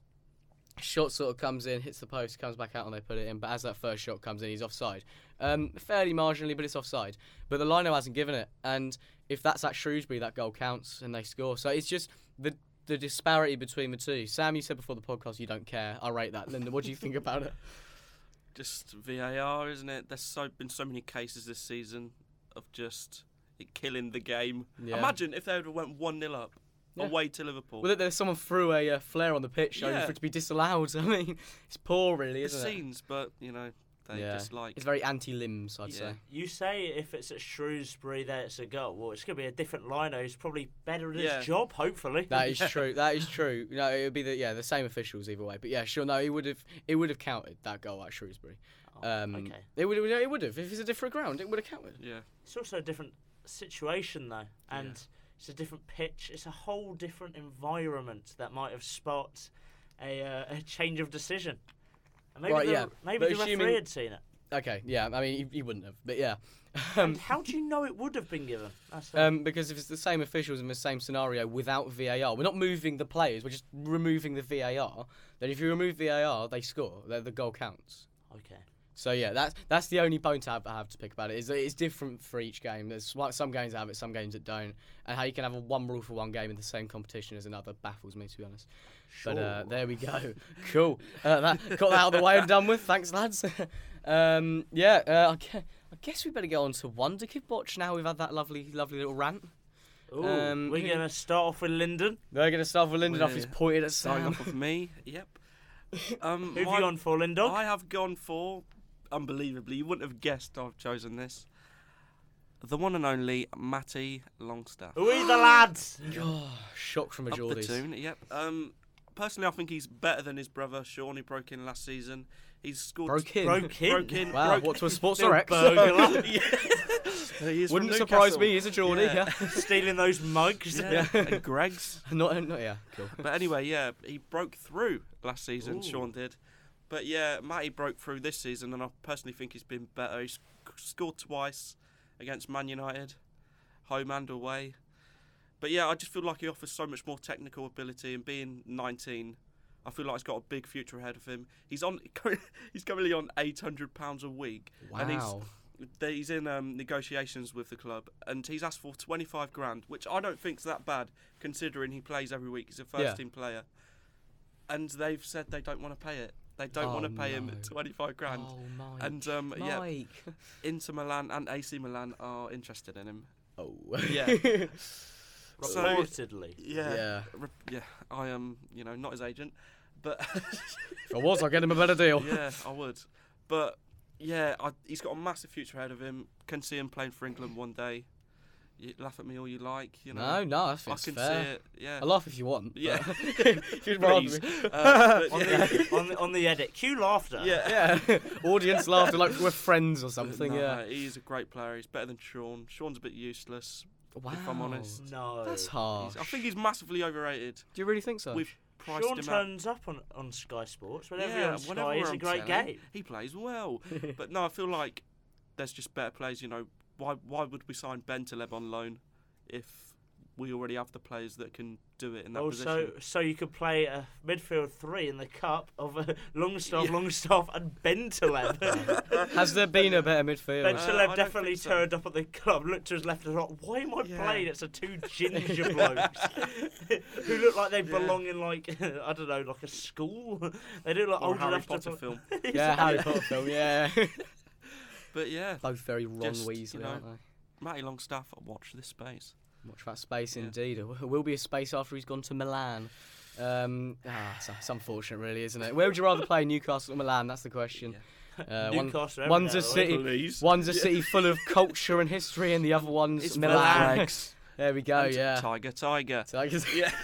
shot sort of comes in, hits the post, comes back out, and they put it in. But as that first shot comes in, he's offside. Um, fairly marginally, but it's offside. But the lino hasn't given it, and if that's at Shrewsbury, that goal counts and they score. So it's just the the disparity between the two. Sam, you said before the podcast you don't care. I rate that. Linda, what do you think about it?
just VAR, isn't it? There's so been so many cases this season of just it killing the game.
Yeah.
Imagine if they would have went one 0 up
Yeah.
away to Liverpool.
Well, there- there's someone threw a uh, flare on the pitch only
Yeah.
for it to be disallowed. I mean, it's poor, really,
it's
isn't it?
scenes, but you know they
Yeah.
just like
It's very anti-limbs, I'd
Yeah.
say.
You say if it's at Shrewsbury that it's a goal. Well, it's going to be a different lino. He's probably better at
Yeah.
his job, hopefully.
That is true. That is true. No, it would be the yeah the same officials either way. But yeah, sure. No, it would have it would have counted that goal at Shrewsbury.
Oh,
Um,
okay.
It would it would have if it's a different ground. It would have counted.
yeah.
It's also a different situation, though. And it's a different pitch. It's a whole different environment that might have sparked a, uh, a change of decision. And maybe
Right,
the,
yeah.
maybe
But
the referee
assuming-
had seen it.
Okay. Yeah. I mean, he, he wouldn't have. But yeah.
Um,
and how do you know it would have been given? That's the-
Um, because if it's the same officials in the same scenario without VAR, we're not moving the players, we're just removing the VAR. Then if you remove VAR, they score. The, the goal counts.
okay.
So yeah, that's that's the only point I have, I have to pick about it. Is that it's different for each game. There's swi- some games that have it, some games that don't, and how you can have a one rule for one game in the same competition as another baffles me to be honest. But uh,
Sure.
there we go. cool. Uh, that got that out of the way and done with. Thanks, lads. um, yeah, uh, I, gue- I guess we better get on to Wonder Kid Watch now. We've had that lovely, lovely little rant.
Ooh,
um,
we're
who-
going to start off with Lyndon.
They're going to start with Lindelof.
We're
He's pointed at
Starting
Sam.
off with me. Yep. Um,
Who have
my-
you gone for, Lindog?
I have gone for unbelievably. You wouldn't have guessed I've chosen this. The one and only Matty Longstaff.
Who are the lads?
Oh, shock from a
Up the
Geordie.
tune, yep. Um, personally, I think he's better than his brother Sean. He broke in last season. He's scored.
Broke in.
Broke in.
Broke in.
Wow,
broke
what to a sports
Little
direct?
burglar.
Yeah. He is from
Wouldn't surprise
Newcastle.
me. He's a Geordie. Yeah.
Yeah.
Stealing those mugs.
Yeah. and Greg's.
not, not yeah. Cool.
But anyway, yeah, he broke through last season.
Ooh.
Sean did. But yeah, Matty broke through this season, and I personally think he's been better. He's sc- scored twice against Man United, home and away. But yeah, I just feel like he offers so much more technical ability, and being 19, I feel like he's got a big future ahead of him. He's on, he's currently on 800 pounds a week, and he's
Wow.
that he's in um, negotiations with the club, and he's asked for 25 grand, which I don't think's that bad considering he plays every week. He's a first
Yeah.
team player, and they've said they don't want to pay it. They don't
Oh,
want to pay him
no.
25 grand.
Oh, Mike.
And um, yeah,
Mike.
Inter Milan and AC Milan are interested in him.
Oh.
Yeah. So-
Reportedly.
Yeah, yeah.
yeah.
yeah I am, you know, not his agent, but
If I was, I'd get him a better deal.
yeah, I would. But yeah, I, he's got a massive future ahead of him. Can see him playing for England one day. You laugh at me all you like, you know.
no, no, I think
I
it's
can
fair.
see it. Yeah.
I laugh if you want. but-
Yeah.
if you'd rather.
Please.
me-
Uh, but
on,
yeah.
the, on, the, on the edit. Cue laughter.
yeah.
Yeah. Audience laughter like we're friends or something.
No,
yeah.
no, he's a great player. He's better than Sean. Sean's a bit useless.
Wow.
If I'm honest.
No.
That's
He's-
harsh.
I think he's massively overrated.
Do you really think so?
We've priced
Sean
him out.
turns up on, on Sky Sports. Whenever
Yeah,
you're on
whenever
Sky,
we're
it's a
on
great
telly,
game.
He plays well, but no, I feel like there's just better players. You know, why why would we sign Ben Taleb on loan if we already have the players that can do it in that
Also,
position?
so you could play a midfield three in the cup of uh, Longstaff,
Yeah.
Longstaff, and Bentaleb.
Has there been a better midfielder?
Uh, I
Bentaleb
don't
definitely
think so.
turned up at the club, looked to his left and right. Why am I
Yeah.
playing? It's a two ginger blokes who look like they
Yeah.
belong in like I don't know, like a school. They do like
Or
old
a Harry
enough
Potter
to.
film.
yeah, Harry Potter film. Yeah.
But yeah,
Both very Ron
Just, you
Weasley,
know.
aren't they?
Matty Longstaff, watch this space.
Watch that space,
Yeah.
indeed. It w- will be a space after he's gone to Milan. Um, ah, it's, it's unfortunate, really, isn't it? Where would you rather play, Newcastle or Milan? That's the question. Uh, one-
Newcastle, every
one's
now
a
and then.
city,
Please.
one's a city full of culture and history, and the other one's
It's
Milan.
Relax.
There we go.
And
Oh, yeah.
Tiger, Tiger.
So I guess-
Yeah.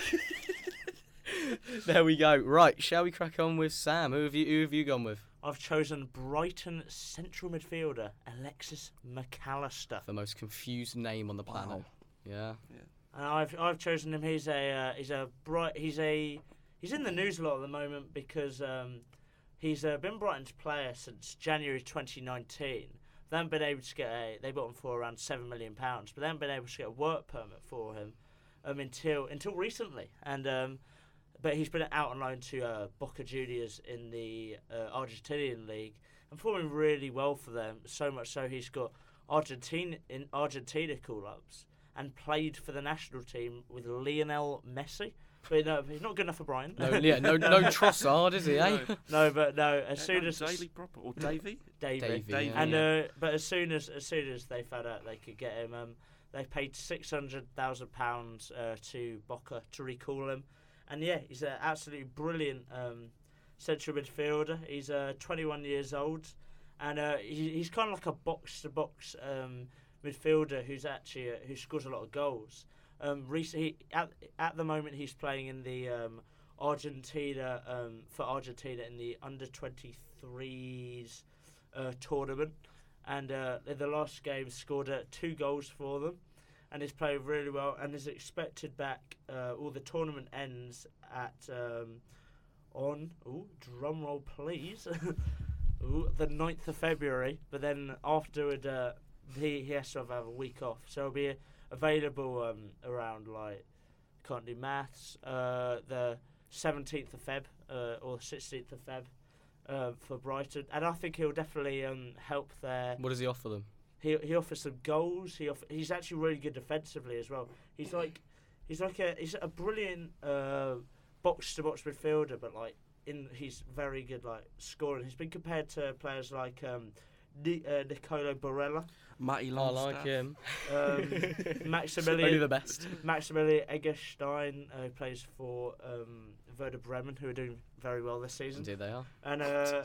there we go. Right, shall we crack on with Sam? Who have you? Who have you gone with?
I've chosen Brighton central midfielder Alexis McAllister.
The most confused name on the planet. Yeah.
and I've I've chosen him. He's a uh, he's a bright he's a he's in the news a lot at the moment because um, he's uh, been Brighton's player since January 2019. They haven't been able to get a they bought him for around seven million pounds, but they haven't been able to get a work permit for him um, until until recently. And um, but he's been out on loan to uh, Boca Juniors in the uh, Argentinian league and performing really well for them. So much so he's got Argentina in Argentina call ups and played for the national team with Lionel Messi. But no, he's not good enough for Brian.
No, yeah, no, no Trossard, is he? Eh?
No.
No, but no. As
Eh,
soon
no,
as
Daily Proper or Davy?
Davey.
Davy,
Davey.
yeah,
And
yeah.
uh, but as soon as as soon as they found out they could get him, um, they paid six hundred thousand uh, pounds to Boca to recall him, and yeah, he's an absolutely brilliant um, central midfielder. He's uh, twenty one years old, and uh, he, he's kind of like a box to box um midfielder who's actually uh, who scores a lot of goals. Um, recently, at at the moment he's playing in the um, Argentina um, for Argentina in the under twenty threes uh, tournament, and uh, in the last game scored uh, two goals for them, and is playing really well and is expected back. Uh, all the tournament ends at um, on ooh, drum roll please, ooh, the 9th of February. But then afterward, uh, he he has to have a week off, so he'll be available um, around like can't do maths. Uh, the 17th of Feb uh, or 16th of Feb uh, for Brighton, and I think he'll definitely um, help their
What does he offer them?
he he offers some goals. He off, he's actually really good defensively as well. He's like he's like a he's a brilliant uh, box to box midfielder, but like in he's very good like scoring. He's been compared to players like um, Ni, uh, Nicolo Barella,
Matty
I
Longstaff.
like him.
um,
Only
Maximilian
the best.
Maximilian Eggestein, uh, who plays for um, Werder Bremen, who are doing very well this season,
Indeed they are.
and uh,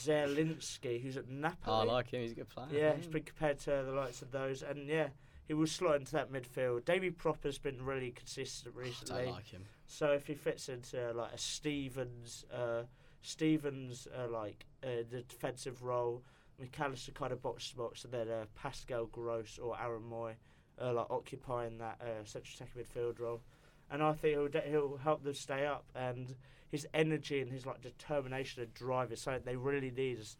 Zielinski, who's at Napoli.
I like him. He's a good player.
Yeah, he's been compared to the likes of those, and yeah, he will slot into that midfield. Davy Propper's been really consistent
Oh, I
recently,
don't like him.
so if he fits into like a Stevens, uh, Stevens uh, like uh, the defensive role, McAllister kind of box to box, and then uh, Pascal Gross or Aaron Moy, uh, like occupying that uh, central attacking midfield role, and I think he'll de- he'll help them stay up and. His energy and his like determination and drive is something they really need. Is,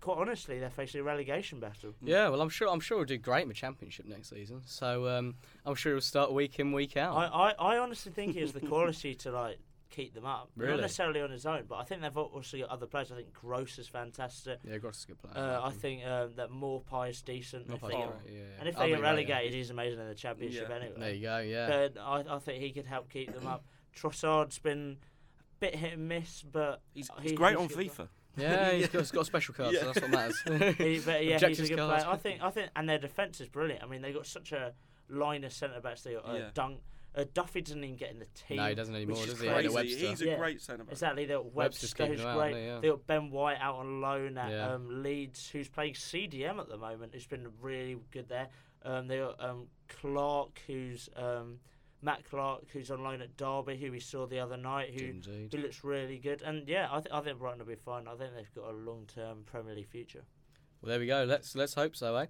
quite honestly, they're facing a relegation battle.
Yeah, well, I'm sure I'm sure he'll do great in the championship next season. So um, I'm sure he'll start week in, week out.
I, I, I honestly think he has the quality to like keep them up. Not
Really?
necessarily on his own, but I think they've also got other players. I think Gross is fantastic.
yeah, Gross is a good player.
Uh, I
like him.
think um, that Morpie is decent.
Not
If
bad,
they get-
Morpie.
yeah, yeah.
and if
I'll
they
be
get
right, yeah.
relegated, Uh, he's amazing in the championship
Yeah.
anyway.
there you go. Yeah.
Then I, I think he could help keep them up. Trossard's been a bit hit and miss, but
He's,
He-
he's great
he's
on
good.
FIFA.
Yeah, he's got, he's got a special card, so
Yeah.
that's what matters.
he, but yeah, he's a
Objectives
good
card.
player. I think. I think, and their defense is brilliant. I mean, they got such a line of centre backs. They got uh,
Yeah.
Dunk. Uh, Duffy doesn't even get in the team.
no, he doesn't anymore,
Which
does
is
he? Ada
crazy.
Webster.
He's a
Yeah.
great centre back.
Exactly, they got
Webster's
Webster, who's
keeping an eye on
great.
it, yeah.
They got Ben White out on loan at
Yeah.
um, Leeds, who's playing CDM at the moment, who's been really good there. Um, they got um, Clark, who's um, Matt Clark, who's on loan at Derby, who we saw the other night, who,
Indeed.
who looks really good. And yeah, I, th- I think Brighton will be fine. I think they've got a long term Premier League future.
Well, there we go. Let's let's hope so, eh?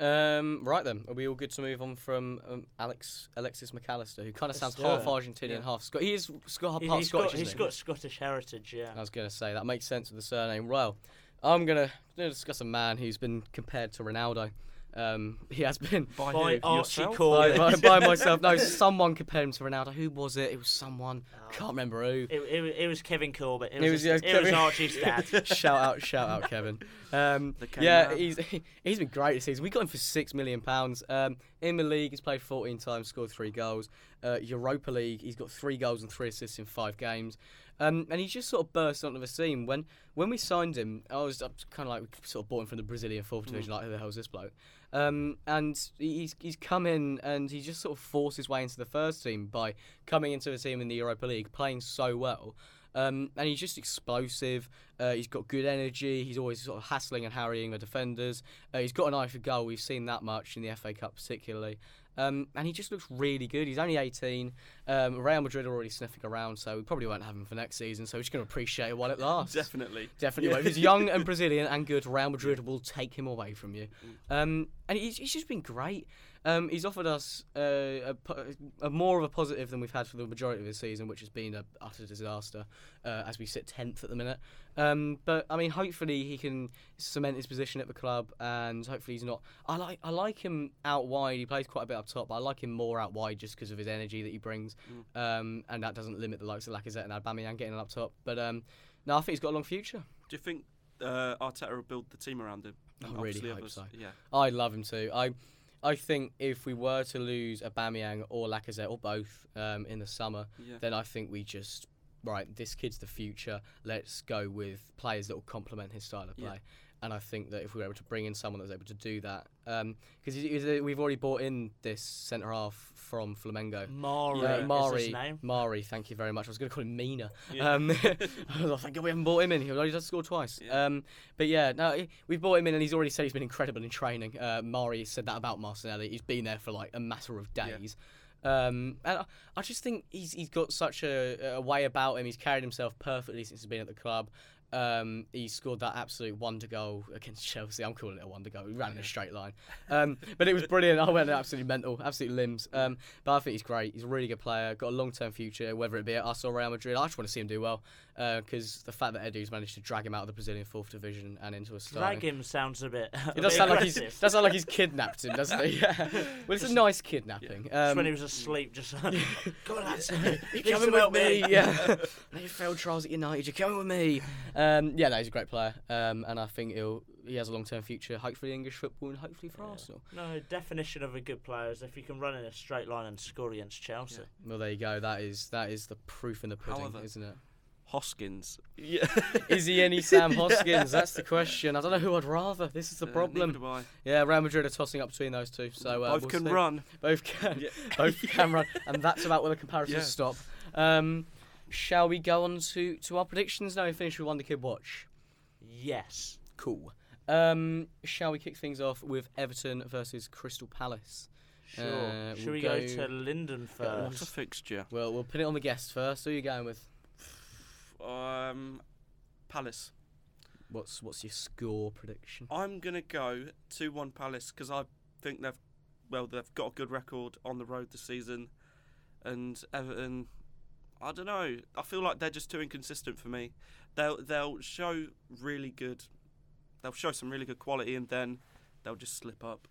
Um, right then, are we all good to move on from um, Alex Alexis McAllister, who kind of
Let's
sounds
do
half
it.
Argentinian,
Yeah.
half Scottish. He is Scot-
He-
part
he's
Scottish.
got,
isn't
he's
he?
got Scottish heritage, yeah.
I was going to say that makes sense with the surname. Well, I'm going to discuss a man who's been compared to Ronaldo. Um, he has been
By,
By
who?
Archie
Yourself?
by,
Corley.
by, by myself. No, someone compared him to Ronaldo. Who was it? It was someone. Can't remember who.
It, it, was- it was Kevin Corbett. It
It
was,
was, yeah,
his- it was
Kevin-
Archie's dad.
shout out, shout out, Kevin. Um,
The K
yeah,
man.
he's he's been great this season. We got him for six million pounds. Um, in the league, he's played 14 times, scored three goals. Uh, Europa League, he's got three goals and three assists in five games. Um, and he's just sort of burst onto the scene. When when we signed him, I was, kind of like sort of bought him from the Brazilian fourth
Hmm.
division. Like, who the hell's this bloke? Um, and he's he's come in and he just sort of forced his way into the first team by coming into the team in the Europa League, playing so well. Um, and he's just explosive. Uh, he's got good energy. He's always sort of hassling and harrying the defenders. Uh, he's got an eye for goal. We've seen that much in the FA Cup, particularly. Um, and he just looks really good. He's only 18. Um, Real Madrid are already sniffing around, so we probably won't have him for next season. So we're just going to appreciate it while it lasts.
Definitely.
Definitely. will. If he's young and Brazilian and good, Real Madrid will take him away from you. Um, and he's, he's just been great. Um, he's offered us uh, a, po- a more of a positive than we've had for the majority of the season, which has been a utter disaster uh, as we sit 10th at the minute. Um, but I mean, hopefully he can cement his position at the club, and hopefully he's not. I like I like him out wide. He plays quite a bit up top, but I like him more out wide just because of his energy that he brings, um, and that doesn't limit the likes of Lacazette and Aubameyang getting up top. But um, no, I think he's got a long future.
Do you think uh, Arteta will build the team around him?
I
And
really
obviously
hope
others.
so.
Yeah.
I love him too. I I think if we were to lose Aubameyang or Lacazette or both um, in the summer,
Yeah.
then I think we just right. This kid's the future. Let's go with players that will complement his style of play.
Yeah.
And I think that if we were able to bring in someone that was able to do that, um, because we've already bought in this centre half from Flamengo.
Mari,
Uh,
is his
Mari,
name.
Mari, thank you very much. I was going to call him Mina.
Yeah.
Um, I was like, thank God we haven't bought him in. He only does score twice.
Yeah.
Um, but yeah, no, he- we've bought him in, and he's already said he's been incredible in training. Uh, Mari said that about Martinelli. He's been there for like a matter of
Yeah.
days. Um, and I, I just think he's he's got such a, a way about him. He's carried himself perfectly since he's been at the club. Um, he scored that absolute wonder goal against Chelsea. I'm calling it a wonder goal. He ran in a straight line, um, but it was brilliant. I went absolutely mental, absolute limbs. Um, but I think he's great. He's a really good player. Got a long term future, whether it be at us or Real Madrid. I just want to see him do well because the fact that Edu's managed to drag him out of the Brazilian fourth division and into a starting.
Drag him sounds a bit. a
It does
bit
sound like he's
aggressive.
does sound like he's kidnapped him, doesn't it? Yeah. Well, it's a nice kidnapping.
Just
Um,
when he was asleep, just like, come on, lads.
you're
Need
coming
some
with
help
me.
here."
Yeah. no, you failed trials at United. You're coming with me. Um, yeah, no, he's a great player, um, and I think he'll he has a long term future. Hopefully, English football, and hopefully for Arsenal.
No, definition of a good player is if you can run in a straight line and score against Chelsea.
Well, there you go. That is that is the proof in the pudding,
However-
isn't it?
Hoskins. Yeah.
Is he any Sam Hoskins? That's the question. I don't know who I'd rather. This is the
Uh,
problem.
neither do I.
yeah, Real Madrid are tossing up between those two. So uh,
Both
we'll
can
see.
run.
Both can.
Yeah.
Both can run, and that's about where the comparisons
Yeah.
stop. Um, shall we go on to to our predictions now? We finish with Wonder Kid Watch.
Yes.
Cool. Um, shall we kick things off with Everton versus Crystal Palace?
Sure.
Uh,
Should
we'll
we go,
go- Uh,
to Linden
What a
first?
fixture.
Well, we'll put it on the guest first. Who are you going with?
Um, Palace.
What's what's your score prediction?
I'm gonna go two one Palace because I think they've well they've got a good record on the road this season, and Everton. I don't know. I feel like they're just too inconsistent for me. They'll they'll show really good. They'll show some really good quality, and then they'll just slip up.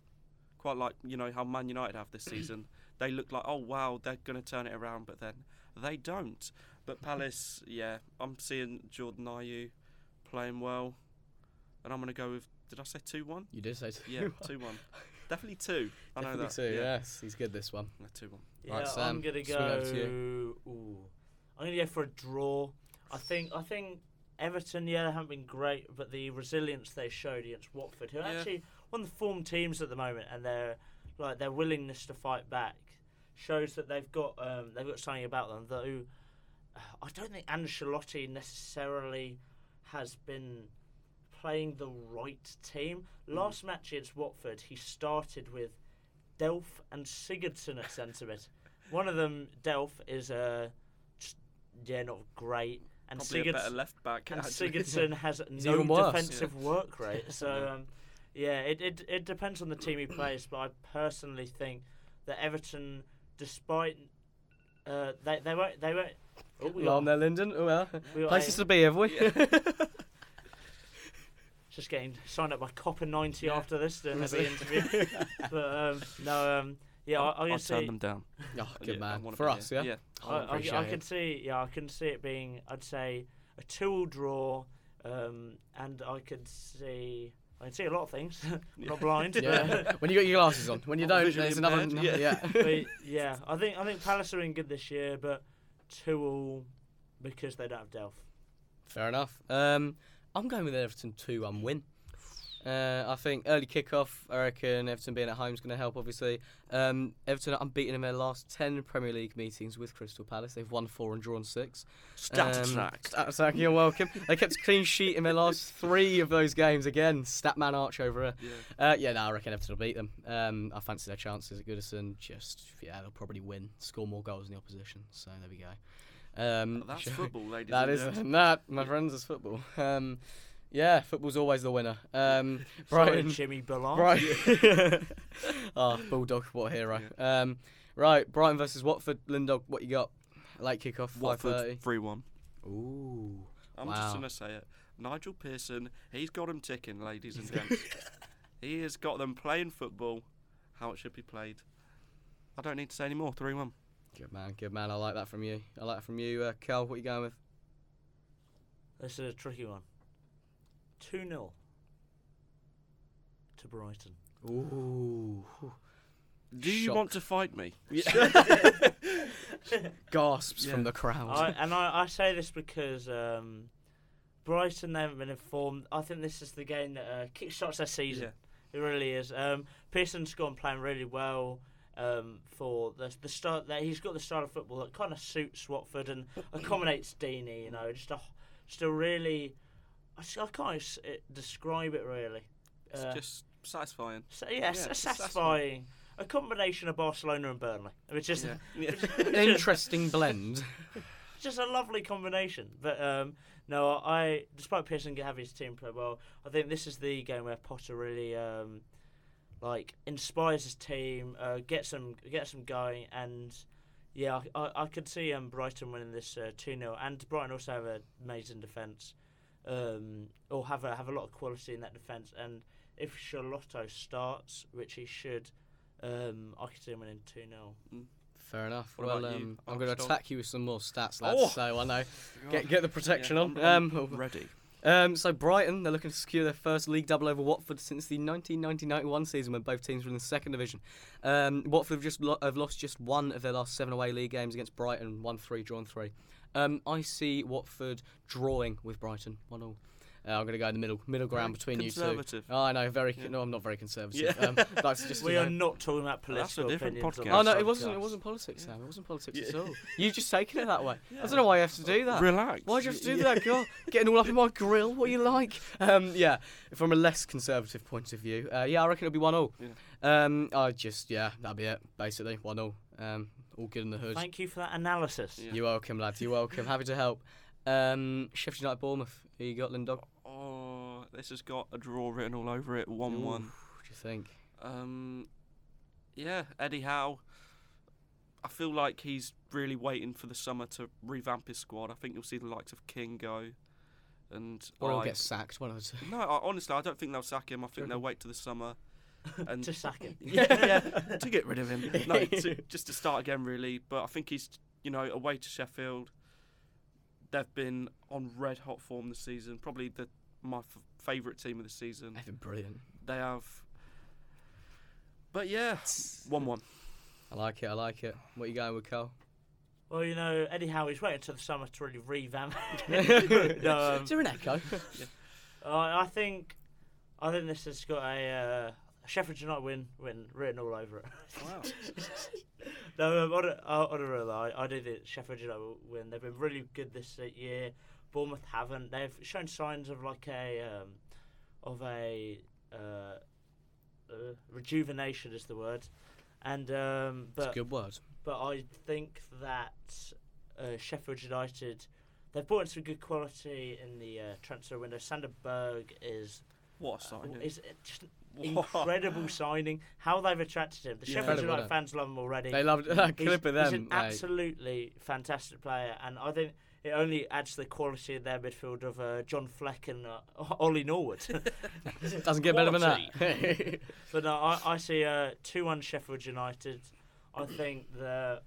Quite like you know how Man United have this season. they look like oh wow they're gonna turn it around, but then they don't. But Palace, yeah, I'm seeing Jordan Ayew playing well, and I'm gonna go with. Did I say two one?
You did say two.
Yeah, two one. Definitely two. I know
Definitely
that.
two,
yeah.
Yes, he's good this one.
two one.
Yeah,
Right, Sam,
I'm gonna
swing over
go.
to
Ooh, I'm gonna go for a draw. I think. I think Everton. Yeah, they haven't been great, but the resilience they showed against Watford, who are
Yeah.
actually one of the form teams at the moment, and their like their willingness to fight back shows that they've got um, they've got something about them. Though I don't think Ancelotti necessarily has been playing the right team.
Hmm.
Last match against Watford, he started with Delph and Sigurdsson at centre mid. One of them, Delph, is uh, just, yeah, not great, and
Probably a better
Sigurdsson
left back.
and
actually.
Sigurdsson has no
even worse.
defensive work rate. So um, yeah, it, it it depends on the team he plays, but I personally think that Everton, despite uh, they they won't they won't. Oh, we
Well,
are,
on there, Lyndon. Oh, well.
we are
Places to be, have we?
just getting signed up by Copper ninety
Yeah.
after this doing every interview. but um, no, um, yeah, I, I
I'll
can
turn
see.
them down.
oh,
Yeah,
good
I
man.
wanna
For
be
us,
here.
yeah.
I,
I
I,
appreciate
I
it.
can see. Yeah, I can see it being. I'd say a two-all draw, um, and I could see. I can see a lot of things. I'm not blind. but-
Yeah. when you got your glasses on. When you
Not
don't,
visually
there's another.
impaired,
another-
yeah.
yeah.
but yeah, I think I think Palace are in good this year, but two all because they don't have Delph.
Fair enough. Um, I'm going with Everton 2 1 win. Uh, I think early kickoff, I reckon Everton being at home is going to help, obviously. Um, Everton are unbeaten in their last 10 Premier League meetings with Crystal Palace. They've won four and drawn six.
Stat
Um,
attack.
Stat attack, you're welcome. they kept a clean sheet in their last three of those games. Again, Statman Arch over her.
Yeah.
Uh, yeah, no, I reckon Everton will beat them. Um, I fancy their chances at Goodison. Just, yeah, they'll probably win, score more goals than the opposition. So there we go. Um,
That's
shall-
football, ladies.
that
and
is
gents.
that, my friends, is football. Um, yeah, football's always the winner. Um, Brighton,
Sorry, Jimmy Ballon.
Brighton. Ah, bulldog, what a hero. Um, right, Brighton versus Watford. Lindog, what you got? Late kickoff, five
Watford
thirty.
three one.
Ooh,
I'm
Wow.
just gonna say it. Nigel Pearson, he's got them ticking, ladies and gents. he has got them playing football how it should be played. I don't need to say any more. Three one.
good man, good man. I like that from you. I like that from you, uh, Cal. What you going with?
This is a tricky one. Two 0 to Brighton.
Ooh,
Do you
shock
want to fight me?
gasps
Yeah.
from the crowd.
I, and I, I say this because um, Brighton they haven't been informed. I think this is the game that uh, kickstarts their season. It really is. Um, Pearson's gone playing really well um, for the the start. That he's got the style of football that kind of suits Watford and accommodates Deeney. You know, just a just a really. I, just- I can't s- it- describe it really.
It's
Uh,
just satisfying.
so, yeah,
yeah,
s-
it's
satisfying. A combination of Barcelona and Burnley, which is
Yeah.
An interesting blend.
just a lovely combination. But um, no, I despite Pearson having his team play well, I think this is the game where Potter really um, like inspires his team, uh, gets them gets them going, and yeah, I, I, I could see um, Brighton winning this two 0 and Brighton also have an amazing defence, um, or have a have a lot of quality in that defence, and if Charlotto starts, which he should. Um, I could see him winning 2 0.
Fair enough.
What
well,
about you,
um, I'm going to
Armstrong?
attack you with some more stats, lads.
Oh.
So I know. Get get the protection
Yeah,
on.
I'm- I'm
um,
ready.
Um, so Brighton, they're looking to secure their first league double over Watford since the 1990-91 season when both teams were in the second division. Um, Watford have just lo- have lost just one of their last seven away league games against Brighton, one three, drawn three. Um, I see Watford drawing with Brighton one all. Uh, I'm going to go in the middle middle ground between you two.
Conservative.
Oh, I know, very.
Yeah.
No, I'm not very conservative.
Yeah.
Um, that's just.
We
you
are
know.
not talking about political
That's a different
opinions on
podcast.
this
Oh no, it wasn't.
podcast.
It wasn't politics, Sam. It wasn't politics
Yeah.
at all. You just taking it that way. I don't know why you have to do that.
Relax.
Why'd you have to do
Yeah.
that, girl? Getting all up in my grill? What you like? Um, yeah, from a less conservative point of view, uh, yeah, I reckon it'll be 1 0. Um, I just, yeah, that'll be it, basically. 1 0. Um, all good in the hood.
Thank you for that analysis.
Yeah.
You're welcome, lads. You're welcome. Happy to help. Um, Sheffield United Bournemouth. Who you got, Lindog?
Oh, this has got a draw written all over it. One-one.
What do you think?
Um, yeah, Eddie Howe. I feel like he's really waiting for the summer to revamp his squad. I think you'll see the likes of King go, and
Or I'll
like-
get sacked. One of the two.
no, I, honestly, I don't think they'll sack him. I think they'll
Okay.
wait to the summer, and
To sack him.
yeah, yeah, to get rid of him. No, to, just to start again, really. But I think he's, you know, away to Sheffield. They've been on red hot form this season. Probably the my f- favourite team of the season.
Mm.
They've been brilliant.
They have. But yeah, one one.
I like it. I like it. What you going with, Cole?
Well, you know, Eddie Howe is waiting until the summer to really revamp. it. no, um,
Is there an echo?
I I think, I think this has got a uh, Sheffield United win, win written all over it.
Wow.
no, um, on a, uh, on a real though, I, I do think Sheffield United will win. They've been really good this uh, year. Bournemouth haven't. They've shown signs of like a um, of a uh, uh, rejuvenation is the word, and um,
It's a
but
good word.
but I think that uh, Sheffield United they've brought in some good quality in the uh, transfer window. Sander Berg is
What a
uh,
signing.
is just an incredible signing. How they've attracted him. The
Yeah.
Sheffield
Incredible,
United
innit?
fans love him already.
They loved that
He's-
clip of
he's
them.
an
like-
absolutely fantastic player, and I think it only adds to the quality of their midfield of uh, John Fleck and uh, Ollie Norwood.
Doesn't get better than that.
But no, I, I see a two-one Sheffield United. I think the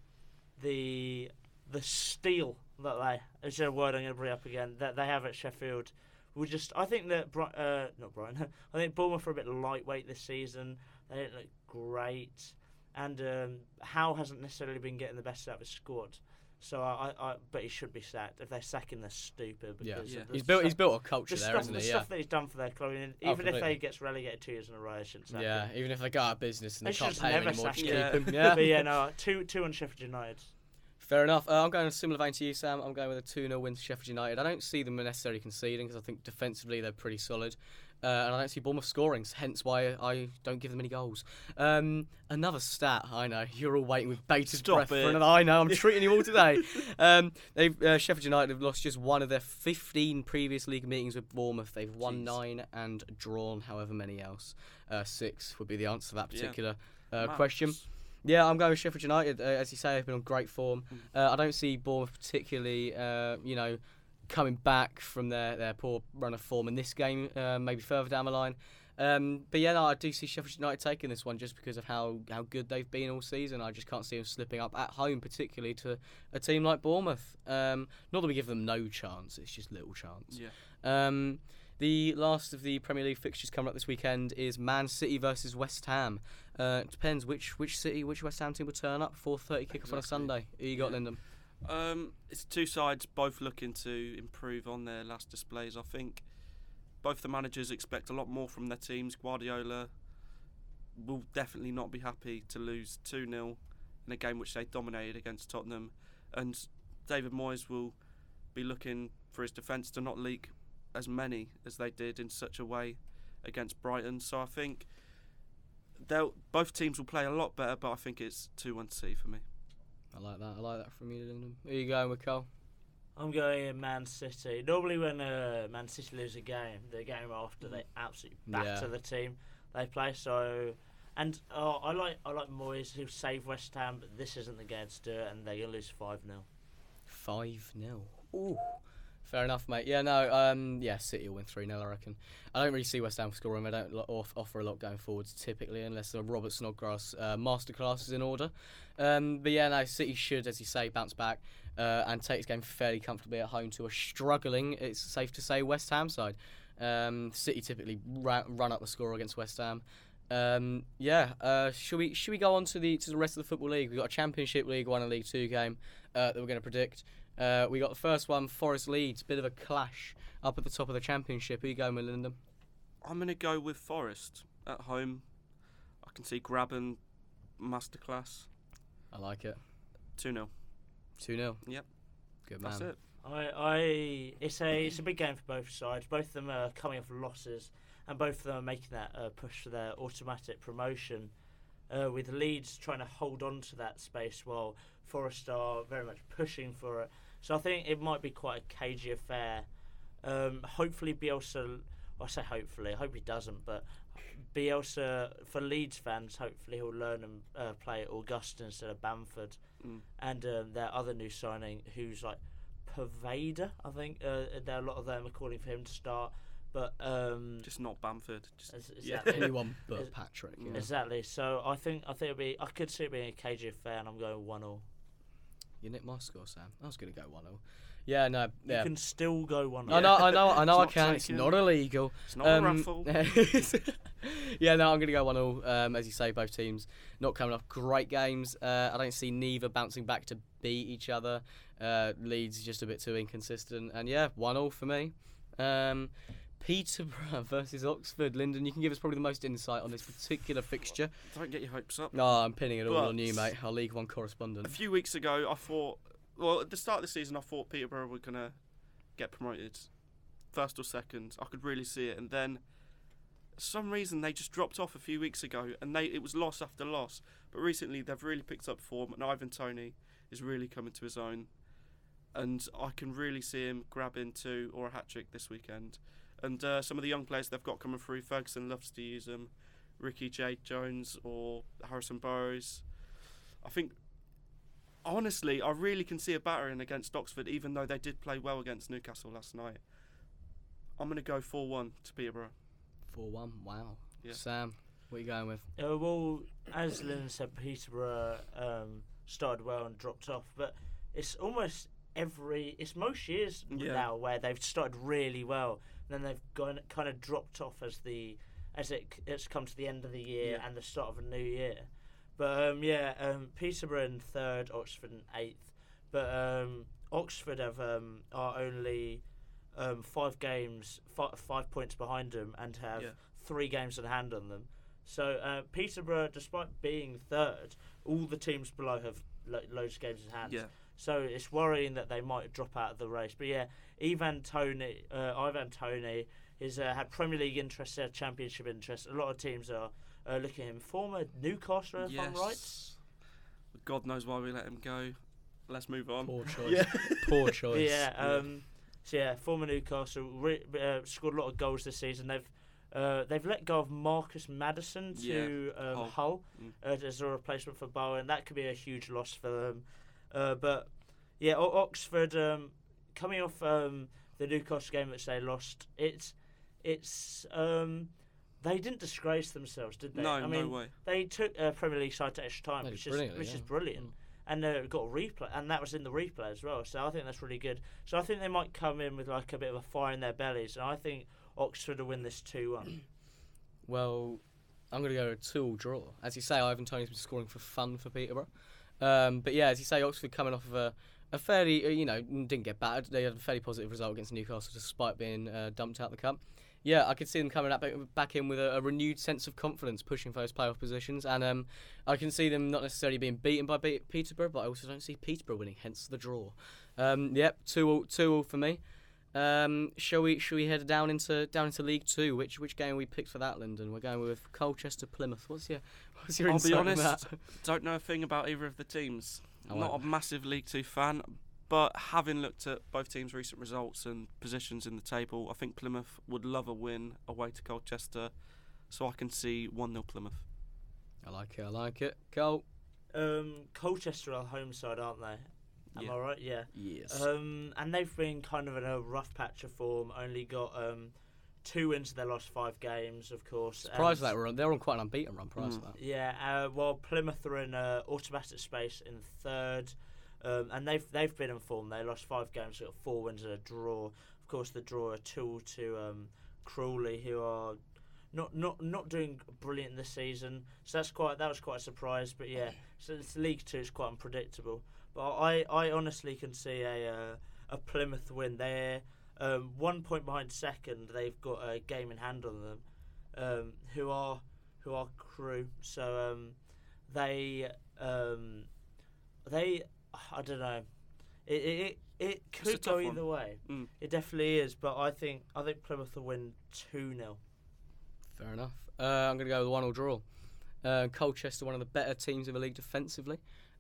the the steel that they is a word I'm going to bring up again that they have at Sheffield. will just I think that Bri- uh, not Brighton. I think Bournemouth are a bit lightweight this season. They don't look great, and um, Howe hasn't necessarily been getting the best out of his squad. So I, I, I but he should be sacked. If they're sacking, they're stupid.
Yeah.
Because
Yeah.
of the
he's built. He's
stuff-
built a culture
the
there,
stuff,
not
the
he? Yeah.
stuff that he's done for their club, and
Oh,
even if they
completely.
get relegated two years in a row, I shouldn't sack him.
Yeah. Even if they go out of business and they,
They
can't
should
pay him
never
anymore,
sack
just
him.
keep him.
but yeah,
Yeah.
no, two two on Sheffield United.
Fair enough. Uh, I'm going in a similar vein to you, Sam. I'm going with a 2 0 win to Sheffield United. I don't see them necessarily conceding because I think defensively they're pretty solid. Uh, and I don't see Bournemouth scoring, hence why I don't give them any goals. Um, another stat, I know. You're all waiting with bated
Stop
breath
it.
for another. I know, I'm treating you all today. Um, they've, uh, Sheffield United have lost just one of their 15 previous league meetings with Bournemouth. They've won
Jeez.
nine and drawn however many else. Uh, six would be the answer to that
Yeah.
particular uh,
Maps.
question. Yeah, I'm going with Sheffield United. Uh, as you say, they've been on great form. Uh, I don't see Bournemouth particularly, uh, you know, coming back from their, their poor run of form in this game, uh, maybe further down the line. Um, but yeah, no, I do see Sheffield United taking this one just because of how, how good they've been all season. I just can't see them slipping up at home, particularly to a team like Bournemouth. Um, not that we give them no chance, it's just little chance.
Yeah.
Um, the last of the Premier League fixtures coming up this weekend is Man City versus West Ham. Uh, it depends which which city, which West Ham team will turn up. 4:30 kickoff on
Exactly.
a Sunday. Who you got,
Yeah.
Lyndon?
Um, it's two sides both looking to improve on their last displays. I think both the managers expect a lot more from their teams. Guardiola will definitely not be happy to lose 2 0 in a game which they dominated against Tottenham. And David Moyes will be looking for his defence to not leak as many as they did in such a way against Brighton. So I think they'll both teams will play a lot better, but I think it's 2 1 C for me.
I like that. I like that from you, Lyndon. Who you going with, Cole?
I'm going in Man City. Normally, when uh, Man City lose a game, the game after they absolutely batter
Yeah.
the team they play. So, and oh, I like I like Moyes who saved West Ham, but this isn't the game to do it, and they're gonna lose five 0
Five 0 Ooh. Fair enough, mate. Yeah, no. Um, yeah, City will win three 0 I reckon. I don't really see West Ham scoring. They don't lo- off- offer a lot going forwards typically, unless the Robert Snodgrass uh, masterclass is in order. Um, but yeah, no. City should, as you say, bounce back uh, and take this game fairly comfortably at home to a struggling. It's safe to say West Ham side. Um, City typically ra- run up the score against West Ham. Um, yeah, uh, should we should we go on to the to the rest of the football league? We've got a Championship League One and League Two game uh, that we're going to predict. Uh, we got the first one, Forest Leeds, bit of a clash up at the top of the Championship. Who you going with, Lyndon?
I'm gonna go with Forest at home. I can see grabbing masterclass
I like it.
two 0
Two 0
Yep.
Good man.
That's it.
I, I, it's a, it's a big game for both sides. Both of them are coming off losses, and both of them are making that uh, push for their automatic promotion. Uh, with Leeds trying to hold on to that space, while Forest are very much pushing for it. So I think it might be quite a cagey affair. Um, hopefully, Bielsa. I say hopefully. I hope he doesn't, but Bielsa for Leeds fans. Hopefully, he'll learn and uh, play at Augusta instead of Bamford,
Mm.
and um, their other new signing, who's like Pervader. I think uh, there are a lot of them are calling for him to start, but um,
Just not Bamford. Just
is- is
yeah.
that it?
Anyone but
Is-
Patrick.
Mm.
yeah.
exactly. So I think I think it'll be. I could see it being a cagey affair, and I'm going one all.
You nicked my score, Sam. I was going to go one 0 Yeah, no. Yeah.
You can still go one.
I
all.
know, I know, I know. I
It's not
can. It's
taken.
not illegal.
it's not
Um,
a raffle.
yeah, no, I'm going to go 1 0. Um, as you say, both teams not coming off great games. Uh, I don't see neither bouncing back to beat each other. Uh, Leeds just a bit too inconsistent. And yeah, 1 0 for me. Um, Peterborough versus Oxford. Lyndon, you can give us probably the most insight on this particular fixture.
Don't get your hopes up.
No, I'm pinning it all
But-
on you, mate. Our League One correspondent.
A few weeks ago, I thought. Well, at the start of the season, I thought Peterborough were gonna get promoted, first or second. I could really see it, and then. for Some reason they just dropped off a few weeks ago, and they it was loss after loss. But recently they've really picked up form, and Ivan Tony is really coming to his own. and I can really see him grabbing two or a hat trick this weekend. And uh, some of the young players they've got coming through, Ferguson loves to use them, Ricky J Jones or Harrison Burrows. I think, honestly, I really can see a battering against Oxford, even though they did play well against Newcastle last night. I'm going to go 4 1 to Peterborough.
4 1. Wow.
Yeah.
Sam, what are you going with?
Uh, well, as Lynn said, Peterborough um, started well and dropped off, but it's almost every, it's most years
Yeah.
now where they've started really well, and then they've gone kind of dropped off as the as it c- it's come to the end of the year
Yeah.
and the start of a new year. But um, yeah, um, Peterborough in third, Oxford in eighth, but um, Oxford have um, are only um, five games, fi five points behind them, and have
Yeah.
three games in hand on them. So uh, Peterborough, despite being third, all the teams below have lo- loads of games in hand.
Yeah.
So it's worrying that they might drop out of the race. But yeah, Ivan Tony, uh, Ivan Tony, is uh, had Premier League interest, uh, Championship interest. A lot of teams are uh, looking at him. Former Newcastle, if I'm right.
God knows why we let him go. Let's move on.
Poor choice.
Um, Yeah.
Poor choice.
Yeah.
Yeah.
Um, so yeah, former Newcastle re- uh, scored a lot of goals this season. They've uh, they've let go of Marcus Madison to um,
Hull.
Hull
Mm.
uh, as a replacement for Bowen. That could be a huge loss for them. Uh, but yeah, O- Oxford um, coming off um, the Newcastle game which they lost. It's it's um, they didn't disgrace themselves, did they?
No,
I mean,
no way.
they took a Premier League side to extra time,
They did
which is
brilliantly,
which is
yeah.
brilliant,
Mm.
and uh, got a replay, and that was in the replay as well. So I think that's really good. So I think they might come in with like a bit of a fire in their bellies, and I think Oxford will win this two one.
Well, I'm going to go a two-all draw. As you say, Ivan Tony's been scoring for fun for Peterborough. Um, but yeah, as you say, Oxford coming off of a, a fairly, uh, you know, didn't get battered. They had a fairly positive result against Newcastle despite being uh, dumped out the cup. Yeah, I could see them coming out back, back in with a, a renewed sense of confidence, pushing for those playoff positions. And um, I can see them not necessarily being beaten by Be- Peterborough, but I also don't see Peterborough winning, hence the draw. Um, yep, two all, two all for me. Um, shall we shall we head down into down into League Two? Which which game we picked for that, London? We're going with Colchester Plymouth. What's your what's your
I'll be
insight on
honest,
that?
Don't know a thing about either of the teams.
I
Not
won't.
a massive League Two fan, but having looked at both teams' recent results and positions in the table, I think Plymouth would love a win away to Colchester. So I can see 1 0 Plymouth.
I like it. I like it. Col.
Um, Colchester are home side, aren't they? Am
Yeah.
I right? Yeah.
Yes.
Um, and they've been kind of in a rough patch of form. Only got um, two wins in their last five games, of course.
prior to
and-
that, we're on, they're on quite an unbeaten run. Prior to
Mm.
that,
Yeah, uh, well, Plymouth are in uh, automatic space in third, um, and they've they've been in form. They lost five games, got four wins and a draw. Of course, the draw a two to um, Crawley, who are not not not doing brilliant this season. So that's quite that was quite a surprise. But yeah, so it's League Two is quite unpredictable. But I, I honestly can see a uh, a Plymouth win. They're um, one point behind second. They've got a game in hand on them. Um, who are who are crew. So um, they um, they I don't know. It it, it, it
a
could
tough
go
one.
either way.
Mm.
It definitely is, but I think I think Plymouth will win two 0
fair enough. Uh, I'm going to go with one all draw. Uh, Colchester, one of the better teams in the league defensively,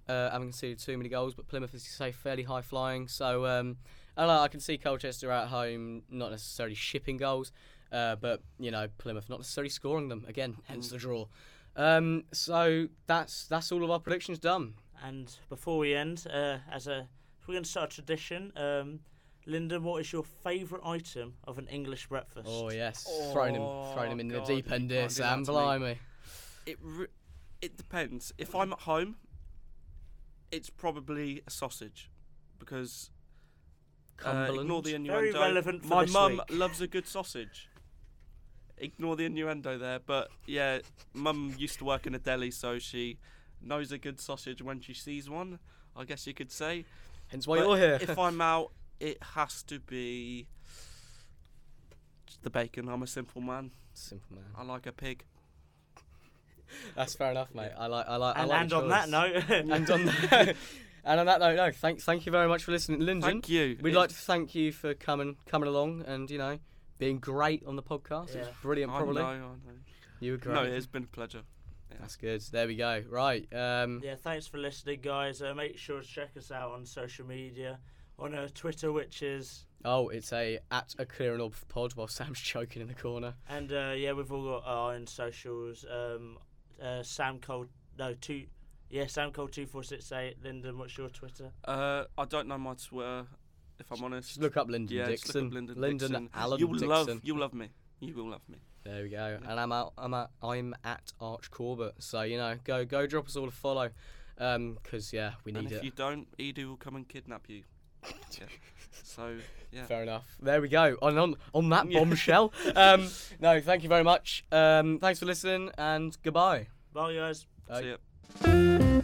uh, having conceded too many goals. But Plymouth, as you say, fairly high flying. So um, I, don't know, I can see Colchester at home not necessarily shipping goals, uh, but you know Plymouth not necessarily scoring them
Mm.
again. Hence the draw. Um, so that's that's all of our predictions done.
And before we end, uh, as a if we're going to start a tradition, um, Lyndon, what is your favourite item of an English breakfast?
Oh yes, throwing him throwing him in
Oh, God,
the deep end
you
here,
can't do that
Sam.
to me.
Blimey.
It, re- it depends. If I'm at home, it's probably a sausage because uh,
Cumberland.
ignore the innuendo.
Very relevant for
My
this
mum
week.
loves a good sausage. Ignore the innuendo there, but yeah, mum used to work in a deli, so she knows a good sausage when she sees one. I guess you could say.
Hence why
But
you're here.
if I'm out, it has to be the bacon. I'm a simple man.
Simple man.
I like a pig.
That's fair enough, mate. I like. I like. I
and
like
and
the
on that
choice.
note,
and on that, and on that note, no. Thank, thank you very much for listening, Lyndon.
Thank you.
We'd
It's-
like to thank you for coming, coming along, and you know, being great on the podcast. It was
Yeah.
brilliant,
I
probably.
know, I know.
You were great.
No, it has been a pleasure.
That's good. There we go. Right. Um,
Yeah, thanks for listening, guys. Uh, make sure to check us out on social media, on uh, Twitter, which is
Oh, it's a at a clear and orb pod while Sam's choking in the corner.
and uh, yeah, we've all got our own socials. Um, uh, Sam Cole, no two, yeah, Sam Cole two four six eight. Lyndon, what's your Twitter?
Uh, I don't know my Twitter, if I'm honest.
Just look up Lyndon
yeah, just
Dixon.
look up Lyndon, Dixon.
Alan
you'll
Dixon.
love, you'll love me. You will love me.
There we go. And I'm out. I'm at. I'm at Arch Corbett. So you know, go go drop us all a follow, because yeah, we need
And
it.
if you don't, Edu will come and kidnap you. Yeah. So yeah.
Fair enough. There we go. On on, on that
Yeah.
bombshell. um, no, thank you very much. Um, thanks for listening and goodbye.
Bye, guys.
Uh,
See ya.